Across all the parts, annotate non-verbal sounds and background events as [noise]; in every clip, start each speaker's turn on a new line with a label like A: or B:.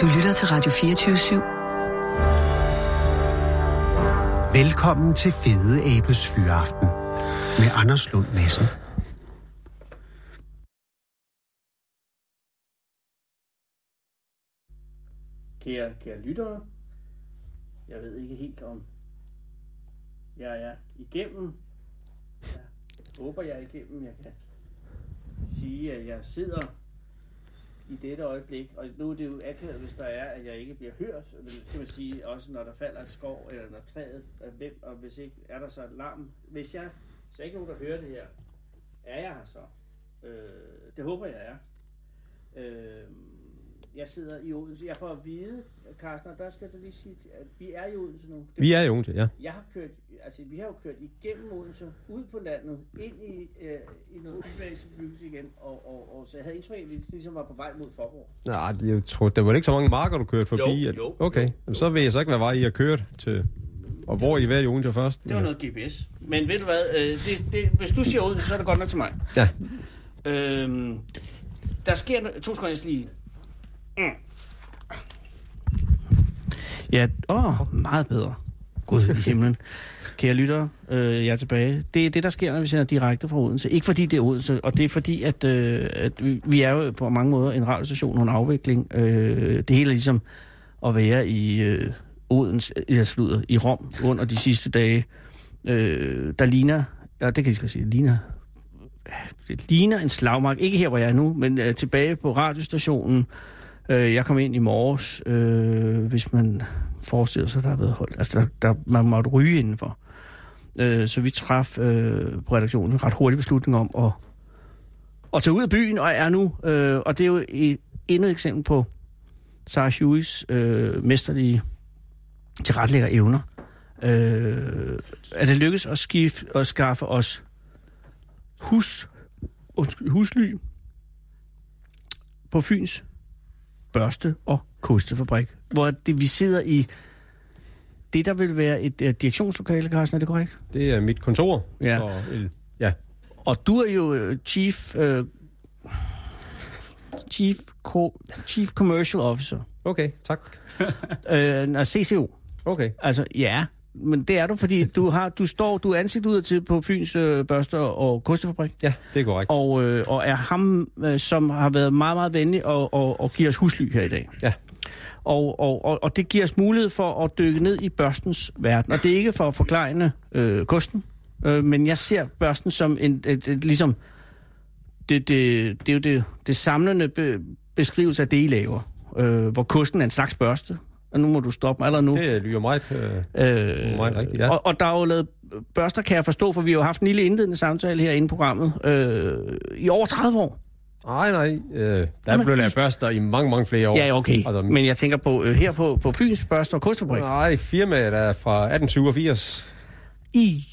A: Du lytter til Radio 24 /7.
B: Velkommen til Fede Abes Fyraften med Anders Lund Madsen.
C: Kære, kære lyttere, jeg ved ikke helt om jeg er igennem. Jeg håber, jeg er igennem. Jeg kan sige, at jeg sidder i dette øjeblik, og nu er det jo akavet, hvis der er, at jeg ikke bliver hørt, men det kan man sige, også når der falder et skov, eller når træet er hvem, og hvis ikke, er der så et larm. Hvis jeg, så er ikke nogen, der hører det her, er jeg her så? Øh, det håber jeg er. Øh, jeg sidder i Odense. Jeg får at vide, Carsten, og der skal du lige sige, at vi er i Odense nu.
D: Vi er i Odense, ja.
C: Jeg har kørt, altså vi har jo kørt igennem Odense, ud på landet, ind i, øh, i noget udviklingsbebyggelse igen, og, og, og, så jeg havde indtryk af, at vi ligesom var på vej mod Forborg.
D: Nej, jeg tror, der var ikke så mange marker, du kørte forbi.
C: Jo,
D: at-
C: jo,
D: okay,
C: jo,
D: Jamen, så ved jeg så ikke, hvad vej I har kørt til. Og hvor I var i Odense først.
C: Det var noget GPS. Men ved du hvad, øh, det, det, hvis du siger Odense, så er det godt nok til mig.
D: Ja.
C: Øhm, der sker no- to sekunder jeg skal lige. Mm. Ja, åh, meget bedre. Gud i [laughs] himlen. Kære lyttere, øh, jeg er tilbage. Det er det, der sker, når vi sender direkte fra Odense. Ikke fordi det er Odense, og det er fordi, at, øh, at vi- vi er jo på mange måder en radiostation under afvikling. Øh, det hele er ligesom at være i øh, Odense, jeg slutter, i Rom under de sidste dage. Øh, der ligner, ja, det kan jeg lige så godt sige, ligner det ligner en slagmark. Ikke her, hvor jeg er nu, men øh, tilbage på radiostationen. Øh, jeg kom ind i morges, øh, hvis man forestiller sig, der har været holdt. Altså, der, der, man måtte ryge indenfor. Øh, så vi traf øh, på redaktionen en ret hurtig beslutning om at, at tage ud af byen, og er nu. Øh, og det er jo et, endnu et eksempel på Sarah Hughes øh, mesterlige tilretlægger evner. Øh, at det lykkedes at, skif, at skaffe os hus, undskyld, husly på Fyns børste- og kostefabrik, hvor det, vi sidder i det, der vil være et uh, direktionslokale, Carsten, er det korrekt?
D: Det er mit kontor.
C: Ja.
D: Og, øh, ja.
C: Og du er jo øh, chief, øh, chief, co- chief Commercial Officer,
D: Okay, tak.
C: øh, nej, CCO.
D: Okay.
C: Altså, ja, men det er du, fordi du, har, du står, du er ansigt ud til på Fyns øh, børste- og kostefabrik.
D: Ja, det er korrekt.
C: og, øh, og er ham, øh, som har været meget, meget venlig og, og, og giver os husly her i dag.
D: Ja.
C: Og, og, og, og det giver os mulighed for at dykke ned i børstens verden. Og det er ikke for at forklejne øh, kosten, øh, men jeg ser børsten som en, et, et, ligesom det, det, det er jo det, det samlende be, beskrivelse af det, I laver. Øh, hvor kosten er en slags børste. Og nu må du stoppe mig allerede nu.
D: Det lyder meget... Øh,
C: Øh,
D: Meget rigtigt, ja.
C: og, og der er jo lavet børster, kan jeg forstå, for vi har jo haft en lille indledende samtale herinde i programmet øh, i over 30 år.
D: nej, nej. Øh, der
C: Jamen,
D: blev lavet børster i mange, mange flere år.
C: Ja, ja, okay.
D: Altså,
C: Men jeg tænker på øh, her på, på Fyns Børster og Kostfabrik.
D: Nej, firmaet er fra 1887.
C: I...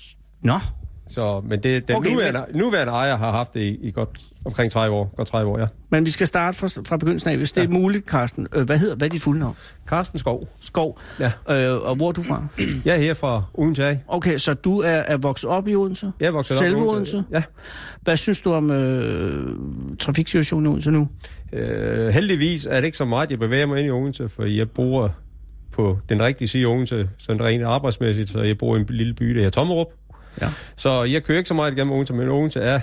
C: Nå,
D: Så, men det, den
C: Okay,
D: okay, nuværende, nuværende ejer har haft det i, i godt omkring 30 år. Godt 30 år, ja.
C: men vi skal starte fra, fra begyndelsen af, hvis det
D: Ja.
C: er muligt, Carsten. Øh, hvad hedder hvad er dit fulde navn?
D: Carsten Skov.
C: Skov.
D: Ja.
C: Øh, og hvor er du fra?
D: Jeg er her fra Odense. af.
C: Okay, så du er, er vokset op i Odense?
D: Jeg er vokset
C: Selve
D: op i
C: Odense?
D: Ja.
C: Hvad synes du om øh, trafiksituationen i Odense nu?
D: Øh, heldigvis er det ikke så meget, jeg bevæger mig ind i Odense, for jeg bor på den rigtige side af Odense, sådan rent arbejdsmæssigt, så jeg bor i en lille by, der hedder Tommerup.
C: Ja.
D: Så jeg kører ikke så meget igennem Odense, men Odense er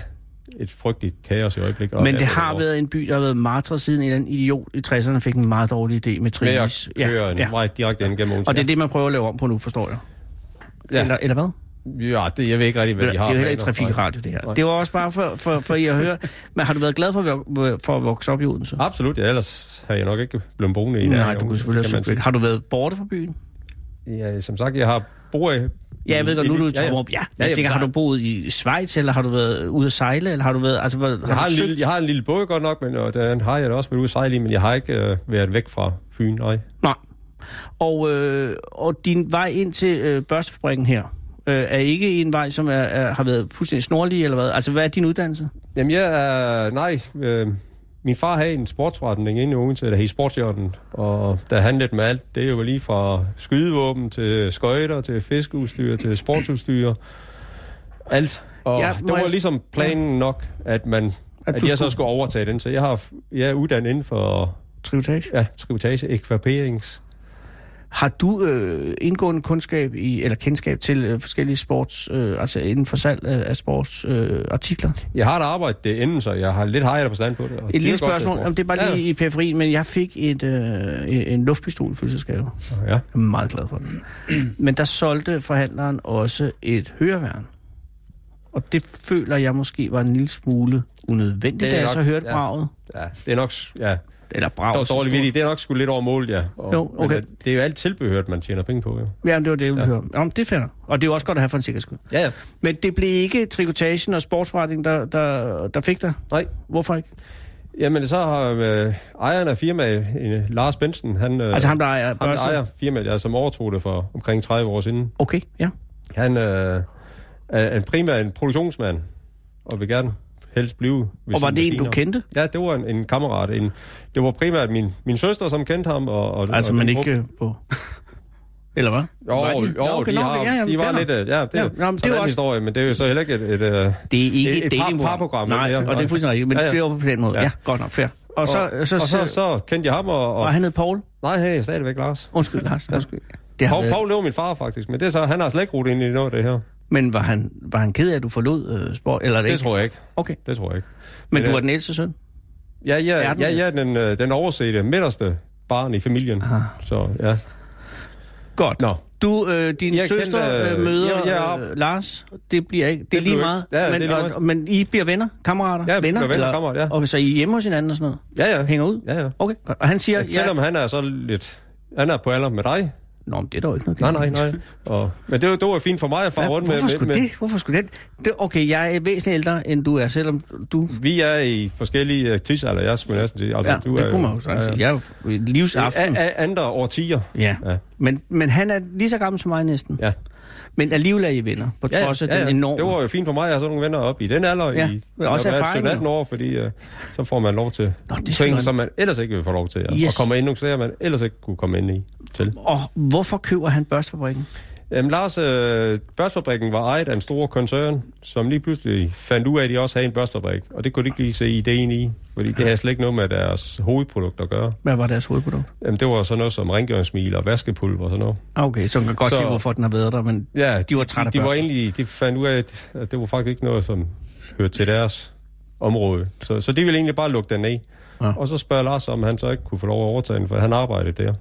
D: et frygteligt kaos i øjeblikket. og
C: Men det
D: er
C: har
D: derovre.
C: været en by, der har været martret siden en eller anden idiot i 60'erne fik en meget dårlig idé med
D: Men jeg
C: Trinis.
D: kører ja, ja. meget direkte ind gennem Odense.
C: Og det er det, man prøver at lave om på nu, forstår jeg. Ja.
D: Ja.
C: Eller, eller hvad?
D: Ja, det, jeg ved ikke rigtig, hvad
C: Det,
D: de har.
C: det er jo heller
D: planer
C: ikke
D: for.
C: trafikradio, det her.
D: Nej.
C: Det var også bare for, for, for I at høre. Men har du været glad for, at vok- øh, for at vokse op i Odense?
D: Absolut, ja, ellers har jeg nok ikke blevet boende i nærheden
C: Nej, du
D: af
C: kunne
D: Odense,
C: selvfølgelig
D: kan
C: have
D: man
C: søgt væk. Har du været borte fra byen?
D: sige. Ja, som sagt, jeg har bor i...
C: Ja, jeg ved godt, nu er du i
D: Ja, ja.
C: Torup. Ja,
D: Ja,
C: jeg
D: ja,
C: tænker, har
D: så-
C: du boet i Schweiz, eller har du været ude at sejle, eller har du været... Altså, hvor,
D: Jeg har,
C: du
D: en
C: søgt-
D: lille, jeg har en lille båd godt nok, men og den har jeg da også været ude at sejle i, men jeg har ikke øh, været væk fra Fyn, nej.
C: Nej. Og, øh, og din vej ind til øh, børstefabrikken her, øh, er ikke en vej, som er, er, har været fuldstændig snorlig, eller hvad? Altså, hvad er din uddannelse?
D: Jamen, jeg er... Nej, øh, min far havde en sportsforretning inde i Odense, der hed Sportsjorden, og der handlede med alt. Det er jo lige fra skydevåben til skøjter, til fiskeudstyr, til sportsudstyr, alt. Og
C: Ja,
D: ja,
C: må
D: det var
C: jeg-
D: ligesom planen nok, at man... At,
C: du
D: at jeg så
C: skulle-
D: skulle overtage den, så jeg, har, jeg er uddannet inden for
C: Trivotage?
D: Ja, trivotage, ekvaperings.
C: Har du øh, indgående kundskab i, eller kendskab til øh, forskellige sports, øh, altså inden for salg af, af sportsartikler? Øh, artikler?
D: Jeg har et arbejde, det er inden, så jeg har lidt hejere forstand på det. og
C: Et
D: det er
C: lille
D: godt
C: spørgsmål,
D: til
C: om det er bare lige i periferien, men jeg fik et, øh, en luftpistol i fødselsdagsgave.
D: sport. Ja.
C: Jeg er meget glad for
D: [clears throat]
C: den. Men der solgte forhandleren også et høreværn. Og det føler jeg måske var en lille smule unødvendigt,
D: Det er
C: da jeg
D: nok-
C: så hørte
D: ja.
C: braget.
D: ja, det er nok, s- ja,
C: Eller braget.
D: dår,
C: så
D: dårlig
C: stort.
D: vildt. Det er nok sgu lidt over målet, ja. Og,
C: Jo, okay.
D: Men, øh, det er jo alt tilbehørt, man tjener penge på, jo.
C: Ja, men det var det, jeg ville ja. høre. Jamen, det finder. Og det er jo også godt at have for en sikkerheds skyld.
D: Ja, ja.
C: Men det blev ikke trikotagen og sportsforretningen, der, der, der fik dig?
D: Nej.
C: Hvorfor ikke?
D: Jamen, så har øh, ejeren af firmaet, en, Lars Bensen, han, øh,
C: Altså ham, der ejer
D: ham, der
C: børsten?
D: ejer firmaet, ja, som overtog det for omkring 30 år siden,
C: Okay, ja.
D: han øh, er en primært en produktionsmand, og vil gerne helst blive ved
C: Og var
D: sine
C: det en, du
D: maskiner.
C: kendte?
D: Ja, det var en, en kammerat. En, det var primært min, min søster, som kendte ham. Og, og,
C: Altså,
D: og
C: men
D: den
C: ikke øh, på... [laughs] Eller hvad?
D: Jo,
C: Var
D: jo,
C: de? Nå, okay,
D: de,
C: nå,
D: har,
C: ja, jamen,
D: de var
C: fair
D: lidt... øh, Ja, det,
C: Ja,
D: ja,
C: nå, men det er jo
D: det er en
C: også-
D: historie, men det er jo så heller ikke et... et, øh,
C: Det er ikke
D: Et- et
C: et,
D: par-
C: datingprogram.
D: parprogram,
C: Nej,
D: ja,
C: og det
D: nej.
C: er fuldstændig rigtigt, men
D: Ja, ja.
C: det var på den måde. Ja,
D: Ja.
C: godt nok, fair. Og, så,
D: og,
C: så,
D: og så, så kendte jeg ham, og...
C: og
D: og
C: han hed Paul.
D: nej, hey, stadigvæk Lars.
C: Undskyld, Lars. Undskyld. Det har
D: Paul,
C: været,
D: Paul det var min far, faktisk, men det er så, han har slet ikke rodet ind i noget af det her.
C: men var han, var han ked af, at du forlod øh, sport? Eller er
D: Det
C: ikke?
D: tror jeg ikke.
C: Okay,
D: Det tror jeg ikke.
C: men
D: Men,
C: du
D: øh,
C: var den ældste søn?
D: Ja, ja,
C: Er den
D: ja,
C: det?
D: ja den, øh, den oversete midterste barn i familien.
C: Ah.
D: Så ja.
C: Godt.
D: Nå,
C: Du, øh, din
D: Jeg
C: søster
D: kendte,
C: øh,
D: øh,
C: møder
D: jamen, jeg
C: øh, Lars. Det bliver ikke. Det, det er lige
D: blev
C: meget.
D: ikke- ja, det
C: men,
D: er lige meget.
C: Og, men I bliver venner? Kammerater?
D: ja,
C: venner?
D: venner, venner
C: eller-
D: kammerat, ja.
C: Og så I er hjemme hos hinanden og sådan noget?
D: Ja, ja.
C: Hænger ud?
D: Ja, ja.
C: Okay, godt. Og han siger...
D: Ja, selvom han er så lidt... Han er på alder med dig.
C: Nå, men det er dog ikke noget.
D: Nej,
C: galt.
D: nej, nej.
C: [laughs]
D: Og, men det, var- det var fint for mig at fare rundt med.
C: Hvorfor
D: med,
C: skulle
D: med,
C: det? Hvorfor skulle det? det? Okay, jeg er væsentligt ældre, end du er, selvom du...
D: Vi er i forskellige øh, tidsalder, jeg skulle næsten sige. Altså,
C: Ja,
D: er øh,
C: det kunne man jo sådan sige. Jeg er jo i livsaften.
D: A- a- andre årtier.
C: Ja.
D: Ja.
C: Men, men han er lige så gammel som mig næsten.
D: Ja.
C: Men alligevel er I venner, på trods af den
D: Det
C: enorme...
D: var jo fint for mig, at jeg har sådan nogle venner op i den alder.
C: Ja,
D: Ja, i,
C: men også
D: når man er
C: erfaring,
D: 17-18 år, fordi øh, så får man lov til
C: Nå, det er
D: ting,
C: sådan.
D: som man ellers ikke vil få lov til. Ja.
C: Yes.
D: Og kommer ind nogle steder, man ellers ikke kunne komme ind i. Til.
C: Og hvorfor køber han børstfabrikken?
D: Jamen, Lars, øh, børsfabrikken var ejet af en stor koncern, som lige pludselig fandt ud af, at de også havde en børsfabrik. Og det kunne de ikke lige se ideen i, fordi det havde slet ikke noget med deres hovedprodukt at gøre.
C: Hvad var deres hovedprodukt?
D: Jamen, det var sådan noget som rengøringsmil og vaskepulver og sådan noget.
C: Ah, Okay, så man kan godt
D: Så-
C: se, hvorfor den har været der, men
D: Ja,
C: de var trætte af
D: de, de var
C: børster.
D: egentlig, de fandt ud af, at- at det var faktisk ikke noget, som hørte til deres område. Så, så de ville egentlig bare lukke den af.
C: Ja.
D: Ja. Og så spørger Lars, om han så ikke kunne få lov at overtage den, for han arbejdede der.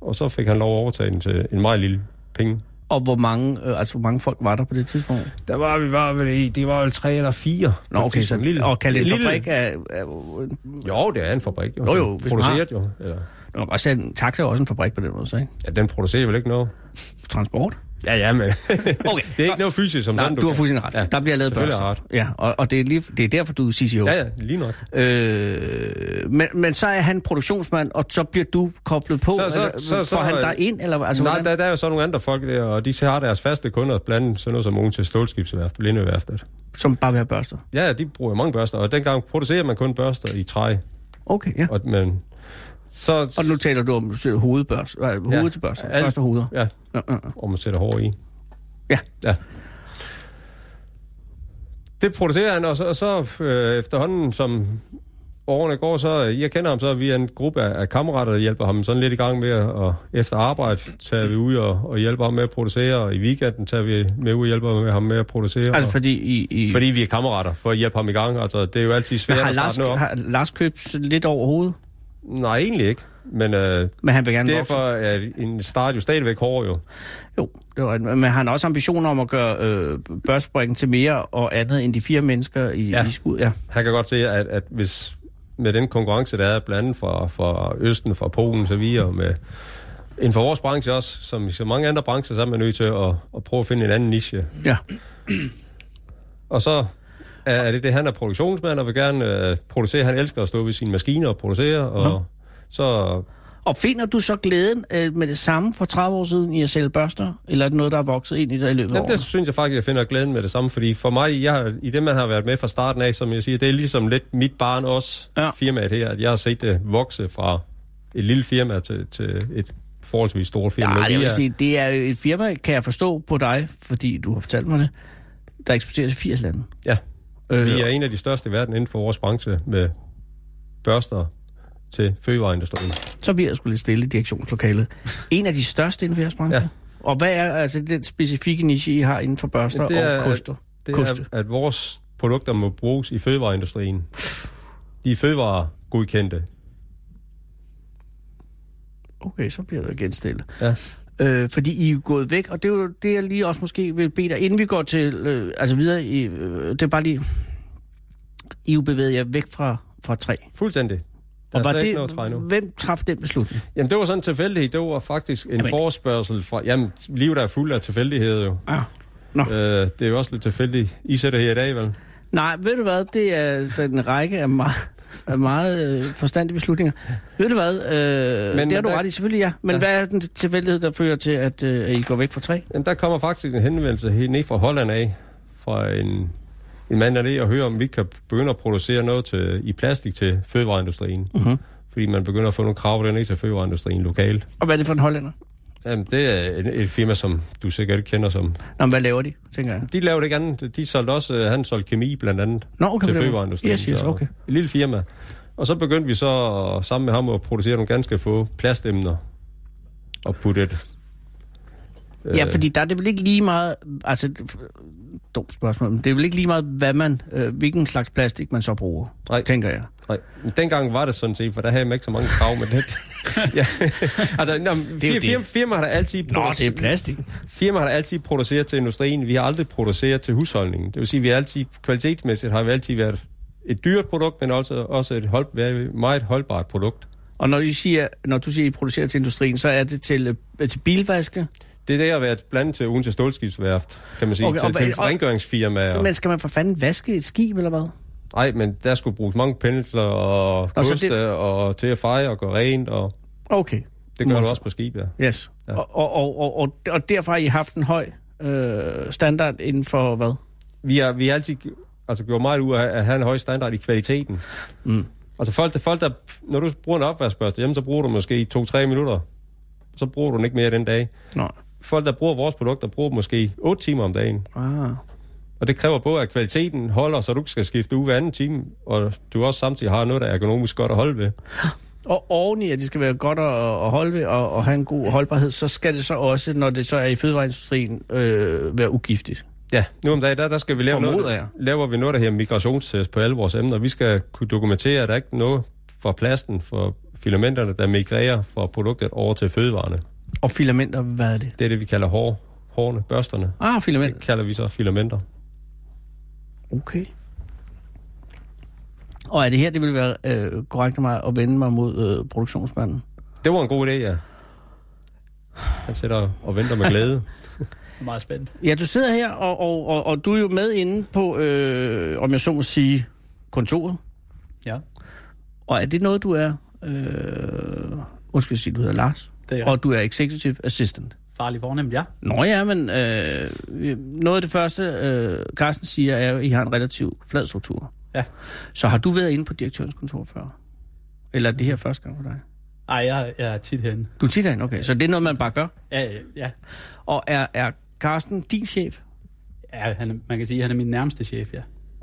D: Og så fik han lov at overtage den til en meget lille penge.
C: Og hvor mange, øh, altså, hvor mange folk var der på det tidspunkt?
D: Der var vi bare vel i, det var vel tre eller fire.
C: Nå, okay, så lille, og kalde en fabrik er, er,
D: Jo, det er en fabrik, jo.
C: Jo, jo,
D: Den
C: hvis man har-
D: Produceret jo. Eller,
C: er, også en taxa er også en fabrik på den måde, så ikke?
D: ja, den producerer vel ikke noget?
C: Transport?
D: Ja, ja, men
C: [laughs] Okay,
D: [laughs] det er ikke noget fysisk som
C: Nej,
D: sådan,
C: du, har
D: kan-
C: fuldstændig ret. Ja, der bliver lavet
D: selvfølgelig
C: børster.
D: har jeg
C: Ja, og, og det, er lige, det er derfor, du er CCO.
D: Ja, ja, lige nok.
C: Øh, men, men så er han produktionsmand, og så bliver du koblet på.
D: Så- så-
C: eller,
D: så- så-
C: får han dig ind, eller hvad? altså,
D: Altså, Nej,
C: hvordan?
D: der, der, er jo så nogle andre folk der, og de har deres faste kunder, blandt andet sådan noget som unge til stålskibsværftet, lindeværftet.
C: Som bare vil have børster.
D: Ja, ja, de bruger mange børster, og dengang producerer man kun børster i træ.
C: Okay, ja.
D: Og, men, så,
C: Og nu taler du om hovedbørster, øh, hovedet til børster,
D: alt-
C: børster hoveder.
D: ja,
C: Ja, ja, ja.
D: og man sætter hår i.
C: Ja.
D: Ja. Det producerer han, og så, og så øh, efterhånden, som årene går, så øh, jeg kender ham så, vi er en gruppe af, af kammerater, der hjælper ham sådan lidt i gang med, at- og efter arbejde tager vi ud og, og hjælper ham med at producere, og i weekenden tager vi med ud og hjælper med ham med at producere.
C: Altså
D: og-
C: fordi i... i
D: Fordi vi er kammerater, for at hjælpe ham i gang. Altså, det er jo altid
C: men
D: svært
C: har,
D: at
C: Lars,
D: starte noget op.
C: har Lars købt lidt over hovedet?
D: Nej, egentlig ikke. Men øh,
C: Men han vil gerne
D: derfor
C: vokse.
D: er en start jo stadigvæk hård jo.
C: Jo, det var, rigtigt. men han har også ambitioner om at gøre øh, børstbringen til mere og andet end de fire mennesker i, ja.
D: Ja.
C: i skud. Ja.
D: Han kan godt se, at, at hvis med den konkurrence, der er blandt andet fra, fra Østen, fra Polen, så videre, med inden for vores branche også, som i så mange andre brancher, så er man nødt til at, at prøve at finde en anden niche.
C: ja.
D: Og så er, er det det, han er produktionsmand, og vil gerne øh, producere. Han elsker at stå ved sine maskiner og producere, og
C: Nå.
D: så
C: Og finder du så glæden øh, med det samme for 30 år siden i at sælge børster? Eller er det noget, der er vokset ind i dig i løbet af
D: Jamen,
C: årene?
D: det synes jeg faktisk, jeg finder glæden med det samme, fordi for mig, jeg, har- i det man har været med fra starten af, som jeg siger, det er ligesom lidt mit barn også,
C: Ja.
D: ja. firmaet her, at jeg har set det vokse fra et lille firma til, til et forholdsvis stort firma. Men
C: Ja,
D: vi
C: det vil
D: er-
C: sige, det er jo et firma, kan jeg forstå på dig, fordi du har fortalt mig det, der eksporterer til 80 lande.
D: Ja,
C: Øh,
D: vi er en af de største i verden inden for vores branche med børster, til fødevareindustrien.
C: Så bliver jeg sgu lidt stille i direktionslokalet. En af de største inden for jeres branche? Ja.
D: Ja.
C: Og hvad er altså den specifikke niche, I har inden for børster
D: Det er-
C: og koster?
D: Det
C: Koste.
D: er, at vores produkter må bruges i fødevareindustrien. De er fødevaregodkendte.
C: Okay, så bliver der igen stille.
D: Ja.
C: Øh, fordi I er jo gået væk, og det er jo det, jeg lige også måske vil bede dig, inden vi går til, øh, altså videre, i, øh, det er bare lige, I er jo bevæget jer væk fra, fra træ.
D: Fuldstændig. Der
C: Og
D: er
C: var
D: slet ikke noget at træ
C: det,
D: nu.
C: hvem træffede den beslutning?
D: Jamen, det var sådan en tilfældighed. Det var faktisk en
C: Jamen.
D: jamen. forespørgsel fra... Jamen, livet er fuld af tilfældigheder jo.
C: Ah.
D: Øh, det er jo også lidt tilfældigt. I sætter her i dag, vel?
C: Nej, ved du hvad, det er sådan en række af meget, af meget øh, forstandige beslutninger. Ved du hvad, øh, men,
D: Men-
C: det har
D: men
C: du
D: der-
C: ret i, selvfølgelig ja. Men ja.
D: Ja.
C: hvad er den tilfældighed, der fører til, at, øh, at I går væk fra træ?
D: Jamen, der kommer faktisk en henvendelse helt ned fra Holland af, fra en, en mand dernede, og hører, om vi kan begynde at producere noget til, i plastik til fødevareindustrien.
C: Mhm.
D: Fordi man begynder at få nogle krav dernede til fødevareindustrien lokalt.
C: Og hvad er det for en hollænder?
D: Jamen, det er et, et firma, som du sikkert kender som.
C: Nå, men hvad laver de, tænker jeg.
D: De lavede ikke andet. De solgte også, øh, han solgte kemi blandt andet.
C: Nå, okay.
D: til
C: det var-
D: fødevareindustrien.
C: Yes, yes,
D: så
C: okay.
D: Et lille firma. Og så begyndte vi så sammen med ham at producere nogle ganske få plastemner og putte et... øh,
C: Ja, fordi der er det vel ikke lige meget, altså, det- dumt spørgsmål, men det er vel ikke lige meget, hvad man, øh, hvilken slags plastik man så bruger,
D: Nej.
C: tænker jeg.
D: Nej, men dengang var det sådan set, for der havde man ikke så mange krav med
C: [laughs]
D: det. ja. altså, nå, men
C: er jo
D: fir, fir,
C: det.
D: firma har der altid
C: Nå, det er
D: produceret,
C: plastik.
D: firma har der altid produceret til industrien. Vi har aldrig produceret til husholdningen. Det vil sige, vi har altid, kvalitetsmæssigt har vi altid været et dyrt produkt, men også, også et hold, været meget holdbart produkt.
C: Og når, I siger, når du siger, at I producerer til industrien, så er det til, øh, til bilvaske.
D: Det er det, jeg har været blandt til ugen til Stålskibsværft, kan man sige,
C: Okay,
D: okay,
C: og
D: til, til
C: hvad- og-
D: rengøringsfirmaer.
C: Ja. Men skal man for fanden vaske et skib, eller hvad?
D: Nej, men der skulle bruges mange pensler og
C: Og så
D: koste og, det... og til at feje og gå rent, og
C: Okay,
D: det gør
C: Nå,
D: du
C: så-
D: også på skib, ja.
C: yes. Ja.
D: Ja.
C: Og, og, og, og, og, og derfor har I haft en høj øh, standard inden for hvad?
D: vi har, vi har altid altså, gjort meget ud af at have en høj standard i kvaliteten.
C: Mm.
D: Altså folk, der, folk der, når du bruger en opvaskebørste hjemme, så bruger du måske 2-3 minutter. Så bruger du den ikke mere den dag.
C: Nå.
D: Folk, der bruger vores produkter, bruger måske 8 timer om dagen.
C: Ah.
D: Og det kræver både, at kvaliteten holder, så du ikke skal skifte ud hver anden time, og du også samtidig har noget, der er økonomisk godt at holde ved.
C: Og oveni, at det skal være godt at, at holde ved og, og have en god holdbarhed, så skal det så også, når det så er i fødevareindustrien, øh, være ugiftigt.
D: Ja, nu om dagen, der, der skal vi lave
C: Formoder jeg.
D: noget, laver vi noget, der her migrationstest på alle vores emner. Vi skal kunne dokumentere, at der ikke er noget fra plasten, fra filamenterne, der migrerer fra produktet over til fødevarene.
C: Og filamenter, hvad er det?
D: Det er det, vi kalder hår, hårene, børsterne.
C: Ah,
D: Det
C: filament.
D: kalder vi så filamenter.
C: Okay. Og er det her, det vil være øh, korrekt af mig at vende mig mod øh, produktionsmanden?
D: Det var en god idé, ja. Han sætter og venter med [laughs] glæde.
E: Jeg er meget spændt.
C: Ja, du sidder her, og, og, og, og du er jo med inde på, øh, om jeg så må sige, kontoret.
E: Ja,
C: Og er det noget, du er... Øh, undskyld, jeg siger, du hedder Lars,
E: det er
C: og du er executive assistant.
E: farligt fornemt, ja.
C: Nå ja, men øh, noget af det første, øh, Carsten siger, er, at I har en relativt flad struktur.
E: Ja.
C: Så har du været inde på direktørens kontor før? Eller er det her første gang for dig?
E: Ej, jeg, jeg er tit herinde.
C: Du er tit derinde, okay. Så det er noget, man bare gør.
E: Ja, ja, ja.
C: Og er, er Carsten din chef?
E: ja han, er- man kan sige, at han er min nærmeste chef, ja.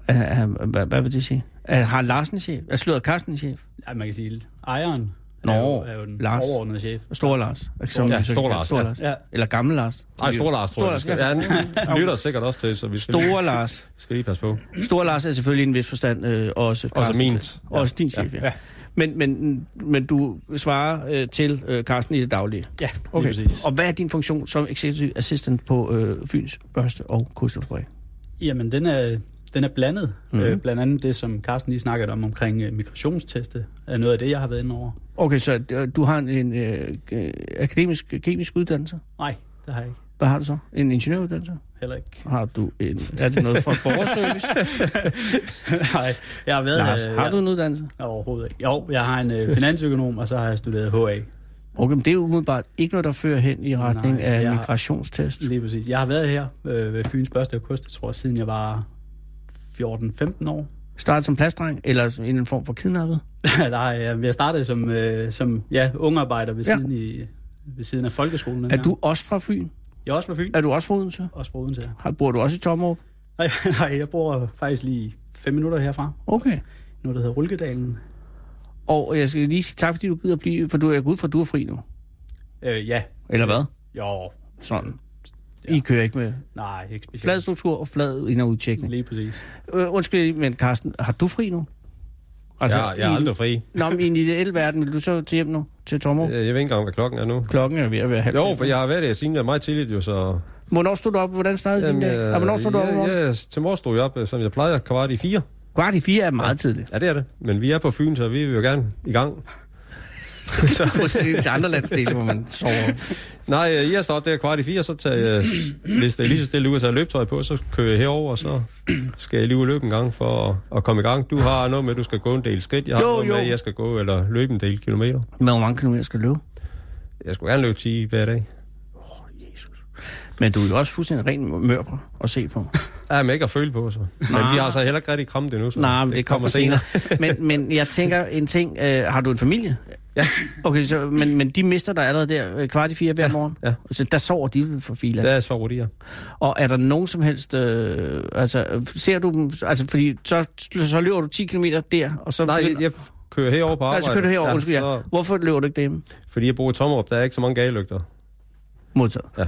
C: Er, er, hvad, hvad vil det sige? Er, har Larsen en chef? Er slået Carsten en chef?
E: ja. man kan sige, ejeren
C: Nå,
E: er, jo, er jo den
C: Lars.
E: overordnede chef.
C: Stor Lars. Som,
D: Ja,
C: vi så
D: Stor
C: kalder
D: Lars,
C: Stor
D: ja.
C: Lars.
E: Ja,
C: Eller Gammel Lars.
D: Nej, Stor Lars, tror jeg.
C: Stor
D: Stor
C: Lars,
D: Lars, ja, [laughs] han lytter sikkert også til, så vi skal, lige,
C: Store Lars.
D: skal lige passe på.
C: Stor Lars er selvfølgelig i en vis forstand øh, også Carstens
D: min.
C: chef. Også din chef, ja.
E: Ja.
C: Men, men, men du svarer øh, til øh, Carsten i det daglige.
E: ja okay. lige præcis.
C: Og hvad er din funktion som executive assistant på øh, Fyns Børste og Kosterfabrik?
E: Jamen, den er, den er blandet.
C: Mhm.
E: Mm. Øh, blandt andet det, som Carsten lige snakkede om omkring øh, migrationsteste, er noget af det, jeg har været inde over.
C: Okay, så øh, du har en, en øh, øh, akademisk kemisk uddannelse.
E: Nej, det har jeg ikke.
C: Hvad har du så? En ingeniøruddannelse?
E: Heller ikke. [laughs]
C: Har du en... Er det noget fra borgerservice?
E: Nej, jeg har været...
C: Lars,
E: øh,
C: har
E: jeg-
C: du en uddannelse?
E: Overhovedet ikke. Jo, jeg har en øh, finansøkonom, og så har jeg studeret HA.
C: Okay, men det er jo umiddelbart ikke noget, der fører hen i retning
E: Nej,
C: af
E: jeg har-
C: migrationstest.
E: Lige præcis. Jeg har været her øh, ved Fyns Børste og Kost, jeg tror, siden jeg var 14-15 år. [laughs]
C: Start som plastdreng, eller som en eller anden form for kidnappet.
E: Nej, jeg jeg startede som, øh, som ja, ungarbejder ved,
C: Ja.
E: ja. Siden i, ved siden af folkeskolen.
C: Er du også fra Fyn?
E: Jeg er også fra Fyn.
C: Er du også fra Odense?
E: Også fra Odense.
C: Har- Bor du også i Tommerup?
E: [laughs] Nej, nej, jeg bor faktisk lige 5 minutter herfra.
C: Okay.
E: Noget, der hedder Rulkedalen.
C: Og jeg skal lige sige tak, fordi du gider blive, for du er ud fra, at du er fri nu.
E: Øh, ja.
C: Eller hvad?
E: Jo,
C: Sådan. I kører ikke med
E: nej, ikke specielt.
C: flad struktur og flad ind- og udtjekning.
E: Lige præcis.
C: Øh, undskyld, men Carsten, har du fri nu?
D: Altså, jeg, jeg er
C: i-
D: aldrig fri. Øh,
C: Nå, men i en ideel verden, vil du så til hjem nu? Til Tommo?
D: Jeg ved ikke engang, hvad klokken er nu.
C: Klokken er ved at være halv.
D: Jo,
C: fem.
D: for jeg har været der siden det er meget tidligt jo, så...
C: Hvornår stod du op? Hvordan startede din dag? Og hvornår stod du op?
D: ja,
C: om morgenen?
D: ja, til morgen stod jeg op, øh, som jeg plejer, kvart i fire.
C: Kvart i fire er meget
D: [laughs]
C: tidligt.
D: Ja, det er det. Men vi er på Fyn, så vi vil jo gerne i gang.
C: Modsætning til andre landsdele, hvor man sover.
D: Nej, øh, jeg står op der kvart i fire, så tager jeg, hvis det er lige så stille ud og tager løbetøj på, så kører jeg herover, og så skal jeg lige ud og løbe en gang for at, at komme i gang. Du har noget med, at du skal gå en del skridt. Jeg har
C: Jo,
D: jo, noget jo.
C: jo.
D: med, at jeg skal gå eller løbe en del kilometer.
C: Men hvor mange kilometer skal du løbe?
D: Jeg skulle gerne løbe 10 hver dag.
C: Men du er jo også fuldstændig ren mørper at se på.
D: Ja, men ikke at føle på, så. Men vi har så heller ikke rigtig kramt endnu, så
C: Nej, men det kommer senere. men, men jeg tænker en ting. Øh, har du en familie?
D: Ja.
C: Okay, så, men, men de mister dig allerede der øh, kvart i fire hver morgen?
D: ja.
C: Så der sover de vel for filer.
D: Der sover de her.
C: Og er der nogen som helst... Øh, altså, øh, ser du dem... Altså, fordi så, så løber du 10 km der, og så...
D: Nej, jeg, jeg kører herover på arbejde.
C: Altså, kører du herover, ja, undskyld, ja.
D: så-
C: Hvorfor løber du ikke dem?
D: Fordi jeg bor i Tommerup, der er ikke så mange gadelygter.
C: Modtaget.
D: Ja.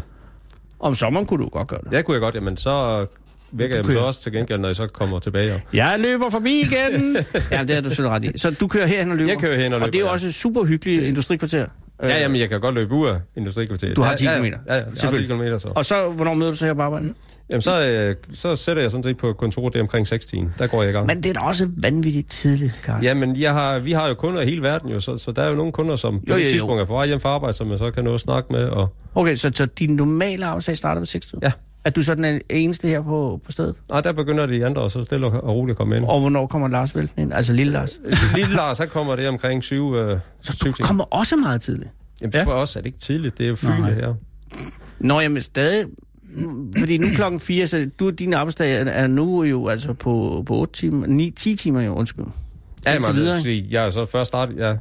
C: Om sommeren kunne du godt gøre det.
D: Det kunne jeg godt, jamen så vækker jeg dem
C: kører. Øh.
D: så også til gengæld, når jeg så kommer tilbage. op.
C: Jeg løber forbi
D: [laughs]
C: igen! ja, det har du selv ret i. Så du kører herhen og løber?
D: Jeg kører hen og løber.
C: Og det er jo
D: ja.
C: også et super hyggeligt industrikvarter.
D: Ja, jamen, jeg kan godt løbe ud af industrikvarteret.
C: Du har
D: Ja,
C: 10
D: ja,
C: kilometer.
D: Ja, ja, jeg har 10
C: Selvfølgelig.
D: kilometer, så.
C: Øh, Og så, hvornår møder du så her på arbejde?
D: Jamen, så, øh, så sætter jeg sådan set på kontoret det er omkring 6 timer. Der går jeg i gang.
C: Men det er da også vanvittigt tidligt, Carsten.
D: Jamen, jeg har, vi har jo kunder i hele verden, jo, så, så der er jo nogle kunder, som på
C: Jo,
D: jo,
C: jo,
D: jo,
C: jo.
D: tidspunkt er på vej hjem fra arbejde, som jeg så kan nå at snakke med. Og,
C: Okay, så, så din normale arbejdsdag starter ved 6
D: Ja. Mm.
C: Er du så den eneste her på, på stedet?
D: nej, der begynder de andre, og så stille og og roligt at komme ind.
C: Og hvornår kommer Lars Velten ind? Altså lille Lars.
D: Lille Lars, så kommer det omkring 7 øh,
C: Så
D: syv
C: du
D: timer.
C: kommer også meget tidligt.
D: Jamen,
E: Ja.
D: for os er det ikke tidligt, det er jo Fyn,
E: Nej.
D: det her.
C: Nå, jamen stadig... Fordi nu klokken 4, så du, din arbejdsdag er- er nu jo altså på, på 8 timer, 9, 10 timer jo, undskyld.
D: Ja,
C: Indtil
D: man,
C: videre,
D: videre, jeg er så først startet, ja.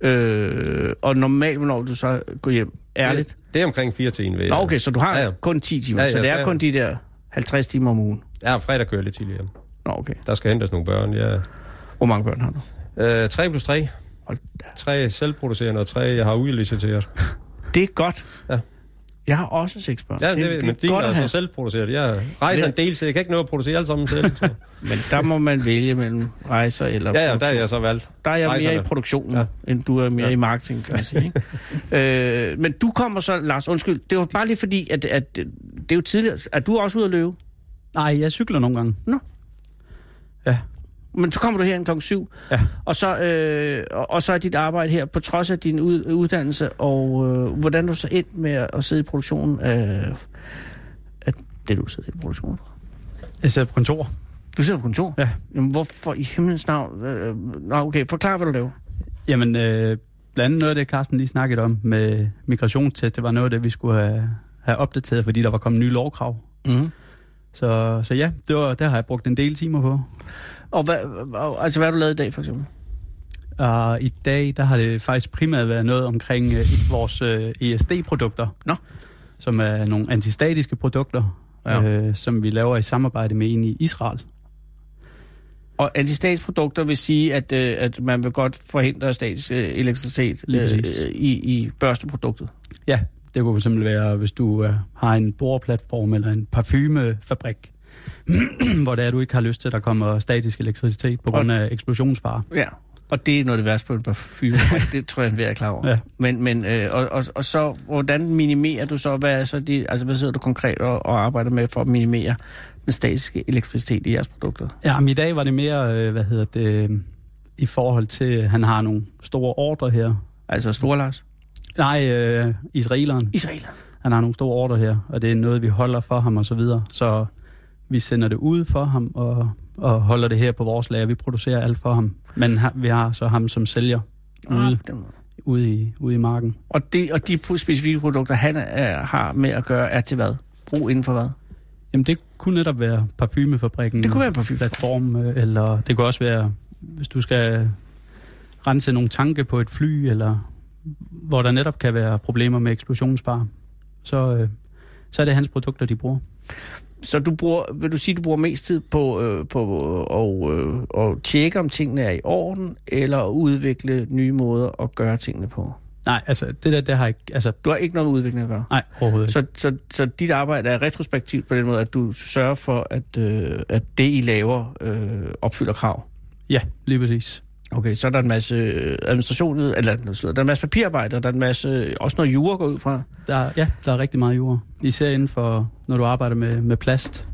C: Øh, og normalt, hvornår vil du så går hjem? Ærligt?
D: Det, det er omkring 4 til en ved.
C: Nå, okay, så du har
D: Ja,
C: ja, ja.
D: ja.
C: kun 10 timer, ja,
D: Ja,
C: ja, så
D: jeg
C: det
D: skal-
C: er kun de der 50 timer om ugen.
D: Ja, fredag kører jeg lidt tidligere hjem.
C: Nå, okay.
D: Der skal hentes nogle børn, ja.
C: Hvor mange børn har du?
D: Øh, 3 plus 3.
C: Hold da.
D: Tre selvproducerende, og tre, jeg har udliciteret.
C: Det er godt.
D: Ja.
C: Jeg har også seks børn.
D: Ja, det, det, men
C: er
D: de
C: godt
D: er
C: at
D: altså
C: have.
D: selvproduceret. Jeg rejser en del, så jeg kan ikke nå at producere alt sammen
C: [laughs]
D: selv. Så.
C: Men der må man vælge mellem rejser eller
D: Ja, ja, der er
C: produktion.
D: jeg så valgt.
C: der er jeg mere
D: rejserne.
C: i produktionen, ja.
D: Ja.
C: end du er mere ja.
D: Ja.
C: i marketing, kan man sige. Ikke? øh, men du kommer så, Lars, undskyld, det var bare lige fordi, at, at det er jo tidligere, at du er også ude at løbe,
E: Nej, jeg cykler nogle gange.
C: Nå.
E: Ja.
C: men så kommer du her klokken syv,
E: Ja.
C: og, så, øh, og, og så er dit arbejde her, på trods af din ud, uddannelse, og øh, hvordan du så endte med at, at sidde i produktionen af, af det, du sidder i produktionen for.
E: Jeg sidder på kontor.
C: Du sidder på kontor?
E: Ja.
C: Jamen, hvorfor i himlens navn? Øh, nå, okay, forklar, hvad du laver.
E: Jamen, øh, blandt andet noget af det, Carsten lige snakkede om med migrationstest, det var noget af det, vi skulle have, have opdateret, fordi der var kommet nye lovkrav.
C: Mm-hmm.
E: Så, så ja, det var, der har jeg brugt en del timer på.
C: Og hvad, og- altså, hvad har du lavet i dag, for eksempel?
E: Og i dag, der har det faktisk primært været noget omkring øh, vores øh, ESD-produkter.
C: Nå.
E: Som er nogle antistatiske produkter,
C: Ja.
E: ja. øh, som vi laver i samarbejde med en i Israel.
C: Og antistatsprodukter vil sige, at, øh, at man vil godt forhindre statisk øh, elektricitet
E: Lige
C: øh,
E: præcis.
C: øh, i, i børsteproduktet.
E: Ja, det kunne fx være, hvis du øh, har en boreplatform eller en parfumefabrik, [clears throat] hvor det er, du ikke har lyst til, at der kommer statisk elektricitet på grund af eksplosionsfare.
C: Ja. Og det er noget af det værste på en
E: [laughs]
C: parfume. det tror jeg, at vi er klar over.
E: Ja.
C: Men, men øh, og, og, og så, hvordan minimerer du så, hvad, er så de, altså, hvad sidder du konkret og, og arbejder med for at minimere den statiske elektricitet i jeres produkter?
E: Ja, men i dag var det mere, øh, hvad hedder det, øh, i forhold til, at han har nogle store ordre her.
C: Altså Storlars?
E: Nej, øh, israeleren.
C: Israeler.
E: Han har nogle store ordre her, og det er noget, vi holder for ham og så videre. Så vi sender det ud for ham og, og holder det her på vores lager. Vi producerer alt for ham. Men ha- vi har så ham som sælger
C: Ah,
E: ude,
C: på den måde.
E: ude, i, ude i marken.
C: og, det, og de pro- specifikke produkter, han er, har med at gøre, er til hvad? Brug inden for hvad?
E: Jamen, det kunne netop være parfumefabrikken.
C: Det kunne være parfume.
E: platform, øh, eller det kunne også være, hvis du skal rense nogle tanke på et fly, eller hvor der netop kan være problemer med eksplosionsfare, så, øh, så er det hans produkter, de bruger.
C: Så du bruger, vil du sige, du bruger mest tid på, øh, på og, øh, og tjekke, om tingene er i orden, eller at udvikle nye måder at gøre tingene på?
E: Nej, altså, det der, det har ikke... Altså,
C: Du har ikke noget med udvikling at gøre?
E: nej, overhovedet ikke.
C: Så, så, så dit arbejde er retrospektivt på den måde, at du sørger for, at, øh, at det, I laver, øh, opfylder krav?
E: Ja, lige præcis.
C: Okay, så er der en masse øh, administration, ud- eller nu slutter jeg, der er en masse papirarbejde, og der er en masse, øh, også noget jura går ud fra.
E: Der, er- ja, der er rigtig meget jord. Især inden for, når du arbejder med, med plast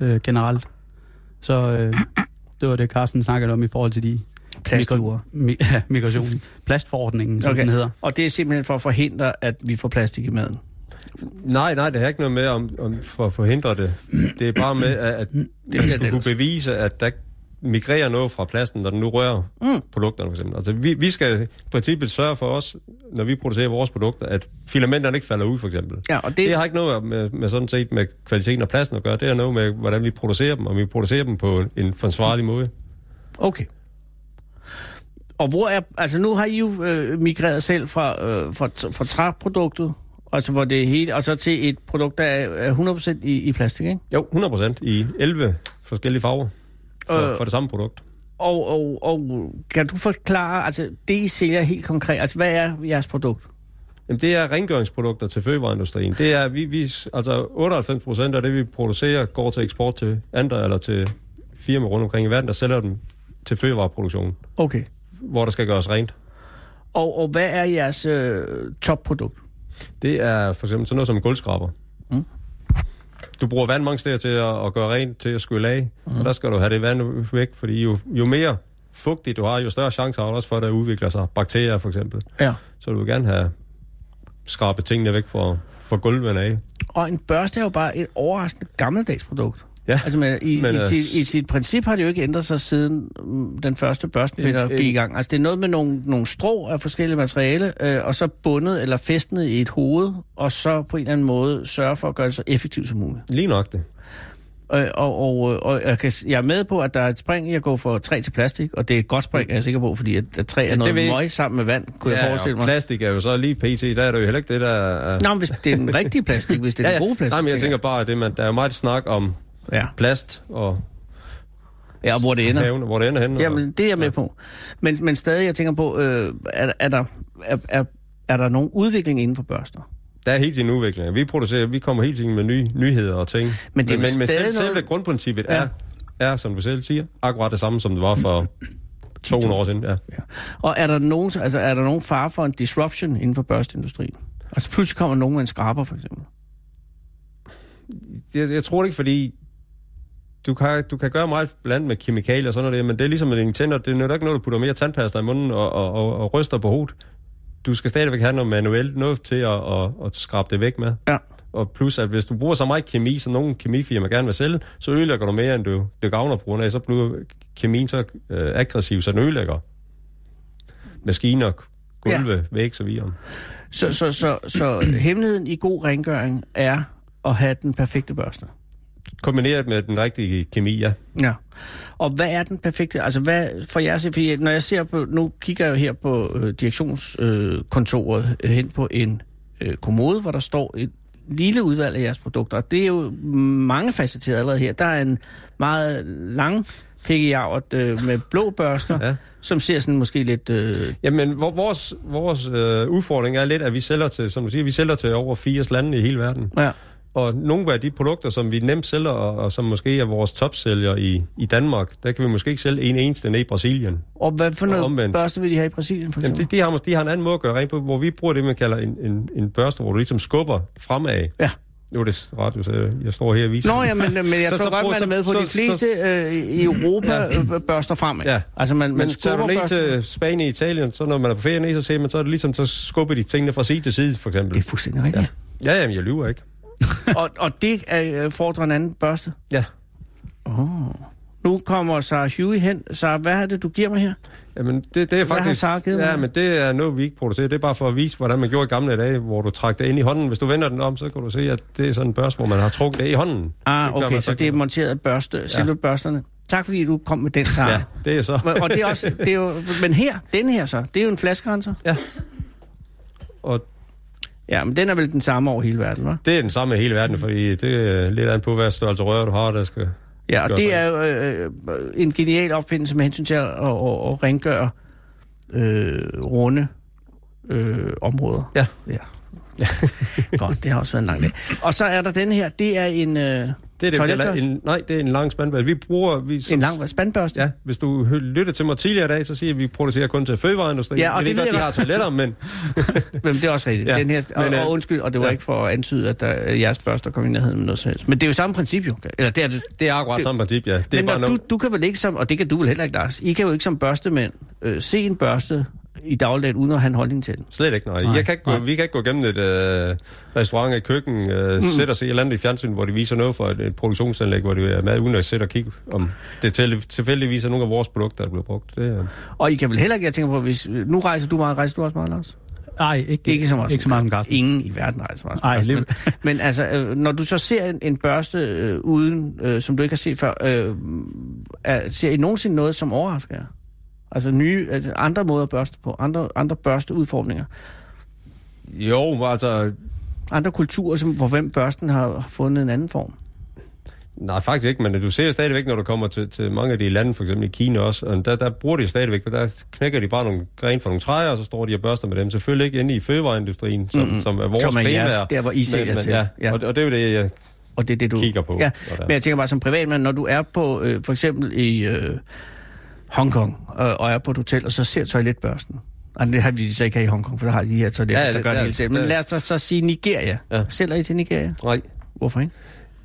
E: øh, generelt. Så øh, det var det, Carsten snakkede om i forhold til de...
C: Plastjura.
E: Mi- [laughs] ja, migrationen. Plastforordningen, som
C: Okay.
E: okay. den hedder.
C: Og det er simpelthen for at forhindre, at vi får plastik i maden.
D: Nej, nej, det har ikke noget med om, om for at forhindre det. Det er bare med, at, at
C: bliver
D: man
C: Mm. det
D: skulle kunne
C: ellers.
D: bevise, at der migrerer noget fra pladsen, når den nu rører mm. produkterne for eksempel. Altså, vi, vi skal i princippet sørge for os, når vi producerer vores produkter, at filamenterne ikke falder ud for eksempel.
C: Ja, og det,
D: Det har ikke noget med, med sådan set med kvaliteten af pladsen at gøre. Det har noget med, hvordan vi producerer dem, og vi producerer dem på en forsvarlig måde.
C: Okay. Og hvor er... Altså, nu har I jo øh, migreret selv fra, øh, fra, fra træproduktet, altså hvor det hele, og så til et produkt, der er er 100% i, i plastik, ikke?
D: Jo, 100% i 11 forskellige farver for,
C: Øh.
D: for det samme produkt.
C: Og, og, og kan du forklare, altså det I sælger helt konkret, altså hvad er jeres produkt?
D: Jamen, det er rengøringsprodukter til fødevareindustrien. Det er, vi, vi, altså 98 procent af det, vi producerer, går til eksport til andre eller til firmaer rundt omkring i verden, der sælger dem til fødevareproduktion,
C: Okay.
D: hvor der skal gøres rent.
C: Og, og hvad er jeres øh, topprodukt?
D: Det er for eksempel sådan noget som gulvskraber.
C: Mm.
D: Du bruger vand mange steder til at, at gøre rent, til at skylle af, mm. og der skal du have det vand væk, fordi jo, jo mere fugtigt du har, jo større chance har du også for, at der udvikler sig bakterier for eksempel.
C: Ja.
D: Så du vil gerne have skrabet tingene væk fra, fra gulvene af.
C: Og en børste er jo bare et overraskende gammeldags produkt.
D: Ja,
C: Altså man, i,
D: men,
C: i,
D: øh,
C: sit, i sit princip har det jo ikke ændret sig siden mm, den første børstepiller
D: En- en-
C: gik i gang. Altså det er noget med nogle, nogle strå af forskellige materiale, øh, og så bundet eller fæstnet i et hoved, og så på en eller anden måde sørge for at gøre det så effektivt som muligt.
D: Lige nok det.
C: Øh, og, og, øh, og jeg, kan, s- jeg er med på, at der er et spring i at gå fra træ til plastik, og det er et godt spring, er jeg sikker på, fordi at, at træ er
D: det ved
C: noget
D: jeg
C: møg sammen med vand, kunne ja, jeg forestille
D: og
C: mig.
D: plastik er jo så lige pt. Der er det jo heller ikke det, der er...
C: Nå, men hvis det er den rigtige plastik, hvis det er ja, den gode plastik.
D: Nej, men jeg
C: tænker
D: tænker bare, at det, man, der er jo meget snak om
C: jeg. Ja.
D: plast og
C: ja, og hvor det ender.
D: haven, og hvor det ender henne.
C: Jamen, det er jeg med på. Men, men stadig, jeg tænker på, øh, er, er, der, er, er, er der nogen udvikling inden for børster?
D: Der er hele tiden udvikling. Vi producerer, vi kommer hele tiden med nye nyheder og ting.
C: Men det er
D: men,
C: vel
D: men
C: stadig
D: selv,
C: noget-
D: selve grundprincippet
C: Ja.
D: er, er, som du selv siger, akkurat det samme, som det var
C: [clears throat]
D: for 200 år siden. Ja.
C: Ja. Og er der, nogen, altså, er der nogen fare for en disruption inden for børsteindustrien? Altså pludselig kommer nogen med en skraber, for eksempel.
D: Jeg, jeg tror det ikke, fordi du kan, du kan gøre meget blandt med kemikalier og sådan noget, der, men det er ligesom med dine tænder. Det er jo ikke noget, du putter mere tandpasta i munden og, og, og, og ryster på hovedet. Du skal stadigvæk have noget manuelt noget til at, at, at skrabe det væk med.
C: Ja.
D: Og plus, at hvis du bruger så meget kemi, som nogle kemifirmaer gerne vil sælge, så ødelægger du mere, end du, du gavner på grund af, så bliver kemien så øh, aggressiv, så den ødelægger maskiner, gulve, ja. væg, så videre.
C: Så, så, så, så, hemmeligheden i god rengøring er at have den perfekte børste.
D: Kombineret med den rigtige kemi, ja.
C: Ja. Og hvad er den perfekte? Altså hvad for jer, fordi når jeg ser på, nu kigger jeg jo her på øh, direktionskontoret øh, hen på en øh, kommode, hvor der står et lille udvalg af jeres produkter. Og Det er jo mange facetteret allerede her. Der er en meget lang pikkejavret øh, med blå børster, ja.
D: [laughs] Ja.
C: som ser sådan måske lidt... Øh,
D: Jamen, vor- vores, vores øh, udfordring er lidt, at vi sælger til, som du siger, vi sælger til over 80 lande i hele verden.
C: ja.
D: Og nogle af de produkter, som vi nemt sælger, og, og som måske er vores topsælger i, i Danmark, der kan vi måske ikke sælge en eneste ned i Brasilien.
C: Og hvad for
D: Og
C: noget
D: omvendt.
C: børste vil de have i Brasilien, for
D: Jamen,
C: eksempel?
D: de, de, har, mås- de har en anden måde at gøre rent på, hvor vi bruger det, man kalder en, en, en børste, hvor du ligesom skubber fremad.
C: Ja.
D: Nu er det radio, så jeg står her og viser.
C: Nå ja, men, men jeg
D: [laughs] Så-
C: tror
D: så
C: godt,
D: prøv-
C: man er
D: så-
C: med på
D: så-
C: de fleste øh,
D: [laughs]
C: i Europa ja. børster fremad.
D: Ja.
C: Altså man, man
D: Men tager
C: skubber
D: du ned
C: børsten-
D: til Spanien, Italien, så når man er på ferie ned, så ser man, så er det ligesom, så skubber de tingene fra side til side, for
C: Det er
D: eksempel.
C: fuldstændig rigtigt. Ja.
D: Ja, jamen, jeg lyver ikke.
C: [laughs] og, og det er, øh, fordrer en anden børste.
D: Ja.
C: Nu kommer Sarah Huey hen. Sarah, hvad er det, du giver mig her?
D: Jamen, det, det er
C: Hvad har
D: faktisk...
C: Sara givet
D: ja,
C: mig?
D: men det er noget, vi ikke producerer. Det er bare for at vise, hvordan man gjorde i gamle dage, hvor du trak det ind i hånden. Hvis du vender den om, så kan du se, at det er sådan en børs, hvor man har trukket det i hånden.
C: Ah,
D: Det gør
C: okay,
D: man
C: så det er
D: ikke.
C: monteret børste, ja. selve børsterne. Tak fordi du kom med den, Sarah.
D: Ja,
C: Ja.
D: det er så.
C: Og det er også, det er jo, men her, den her så, det er jo en flaskerenser.
D: [laughs] Og
C: Ja, men den er vel den samme over hele verden, hva'?
D: Det er den samme i hele verden, fordi det er lidt an på, hvad størrelse rør du har, der skal...
C: Ja,
D: Gør
C: og det
D: det.
C: er jo øh, øh, en genial opfindelse med hensyn til at, at, at, at rengøre øh, runde øh, områder.
D: Ja.
C: ja. [laughs] Godt, det har også været en lang dag. Og så er der den her, det er en, øh,
D: Det er det,
C: Toiletbørste?
D: vi- en, nej, det er en lang spandbørste. Vi bruger... Vi,
C: en lang spandbørste.
D: Ja, hvis du hø- lytter til mig tidligere i dag, så siger jeg, at vi producerer kun til fødevareindustrien.
C: Ja, og
D: Jeg
C: det ved
D: godt, de
C: jeg
D: har toiletter, men
C: Men det er også rigtigt. Ja.
D: Ja,
C: Den her, og,
D: men, øh,
C: og undskyld, og det var ja.
D: ja.
C: ikke for at antyde, at der, øh, jeres børster kom i nærheden med noget som helst. Men det er jo samme princip jo. Eller det er [laughs] det,
D: det er akkurat
C: Det-
D: det, samme princip, ja. Det
C: Men
D: er bare
C: når du,
D: noget,
C: du kan vel ikke som, og det kan du vel heller ikke, Lars, I kan jo ikke som børstemænd øh, se en børste i dagligdagen, uden at have en holdning til den.
D: Slet ikke, nej.
E: Nej,
D: jeg kan ikke gå,
E: nej.
D: vi kan ikke gå gennem et øh, restaurant, et køkken, øh, mm. sætte os i et eller andet i fjernsyn, hvor de viser noget for et, et produktionsanlæg, hvor det er mad, uden at sætte og kigge, om det til, tilfældigvis er nogle af vores produkter, der bliver brugt. Det, øh.
C: Og I kan vel heller ikke, jeg tænker på, hvis øh, nu rejser du meget, rejser du også meget, Lars?
E: Nej, ikke,
C: Ikke så meget,
E: Ikke så meget som Carsten.
C: Ingen i verden rejser meget. som
E: Nej,
C: Carsten,
E: lige-
C: men, men altså, øh, når du så ser en, en børste øh, uden, øh, som du ikke har set før, øh, er, ser I nogensinde noget, som overrasker jer? Altså nye, altså andre måder at børste på, andre, andre børsteudformninger,
D: Jo, altså,
C: andre kulturer, som, hvor hvem børsten har har fundet en anden form.
D: Nej, faktisk ikke, men du ser stadigvæk, når du kommer til, til mange af de lande, for eksempel i Kina også, og der, der bruger de stadigvæk, men der knækker de bare nogle gren fra nogle træer, og så står de og børster med dem. Selvfølgelig ikke inde i fødevareindustrien, som, mm-hmm. som er vores
C: Som er jeres,
D: primære.
C: der, hvor I sælger til.
D: Ja,
C: Ja.
D: ja. Og, og det er jo det, jeg
C: Og det er det, du
D: kigger på.
C: Ja,
D: Og der-
C: men jeg tænker bare som privatmand, når du er på, øh, for eksempel i øh, Hongkong, øh, og er på et hotel, og så ser toiletbørsten. Og det har vi så ikke her i Hongkong, for der har de her toiletter,
D: Ja,
C: ja,
D: det-
C: der gør det
D: der-
C: hele selv. Men
D: der-
C: lad os da så sige Nigeria. Ja.
D: Ja.
C: Sælger I til Nigeria?
D: Nej,
C: Hvorfor ikke?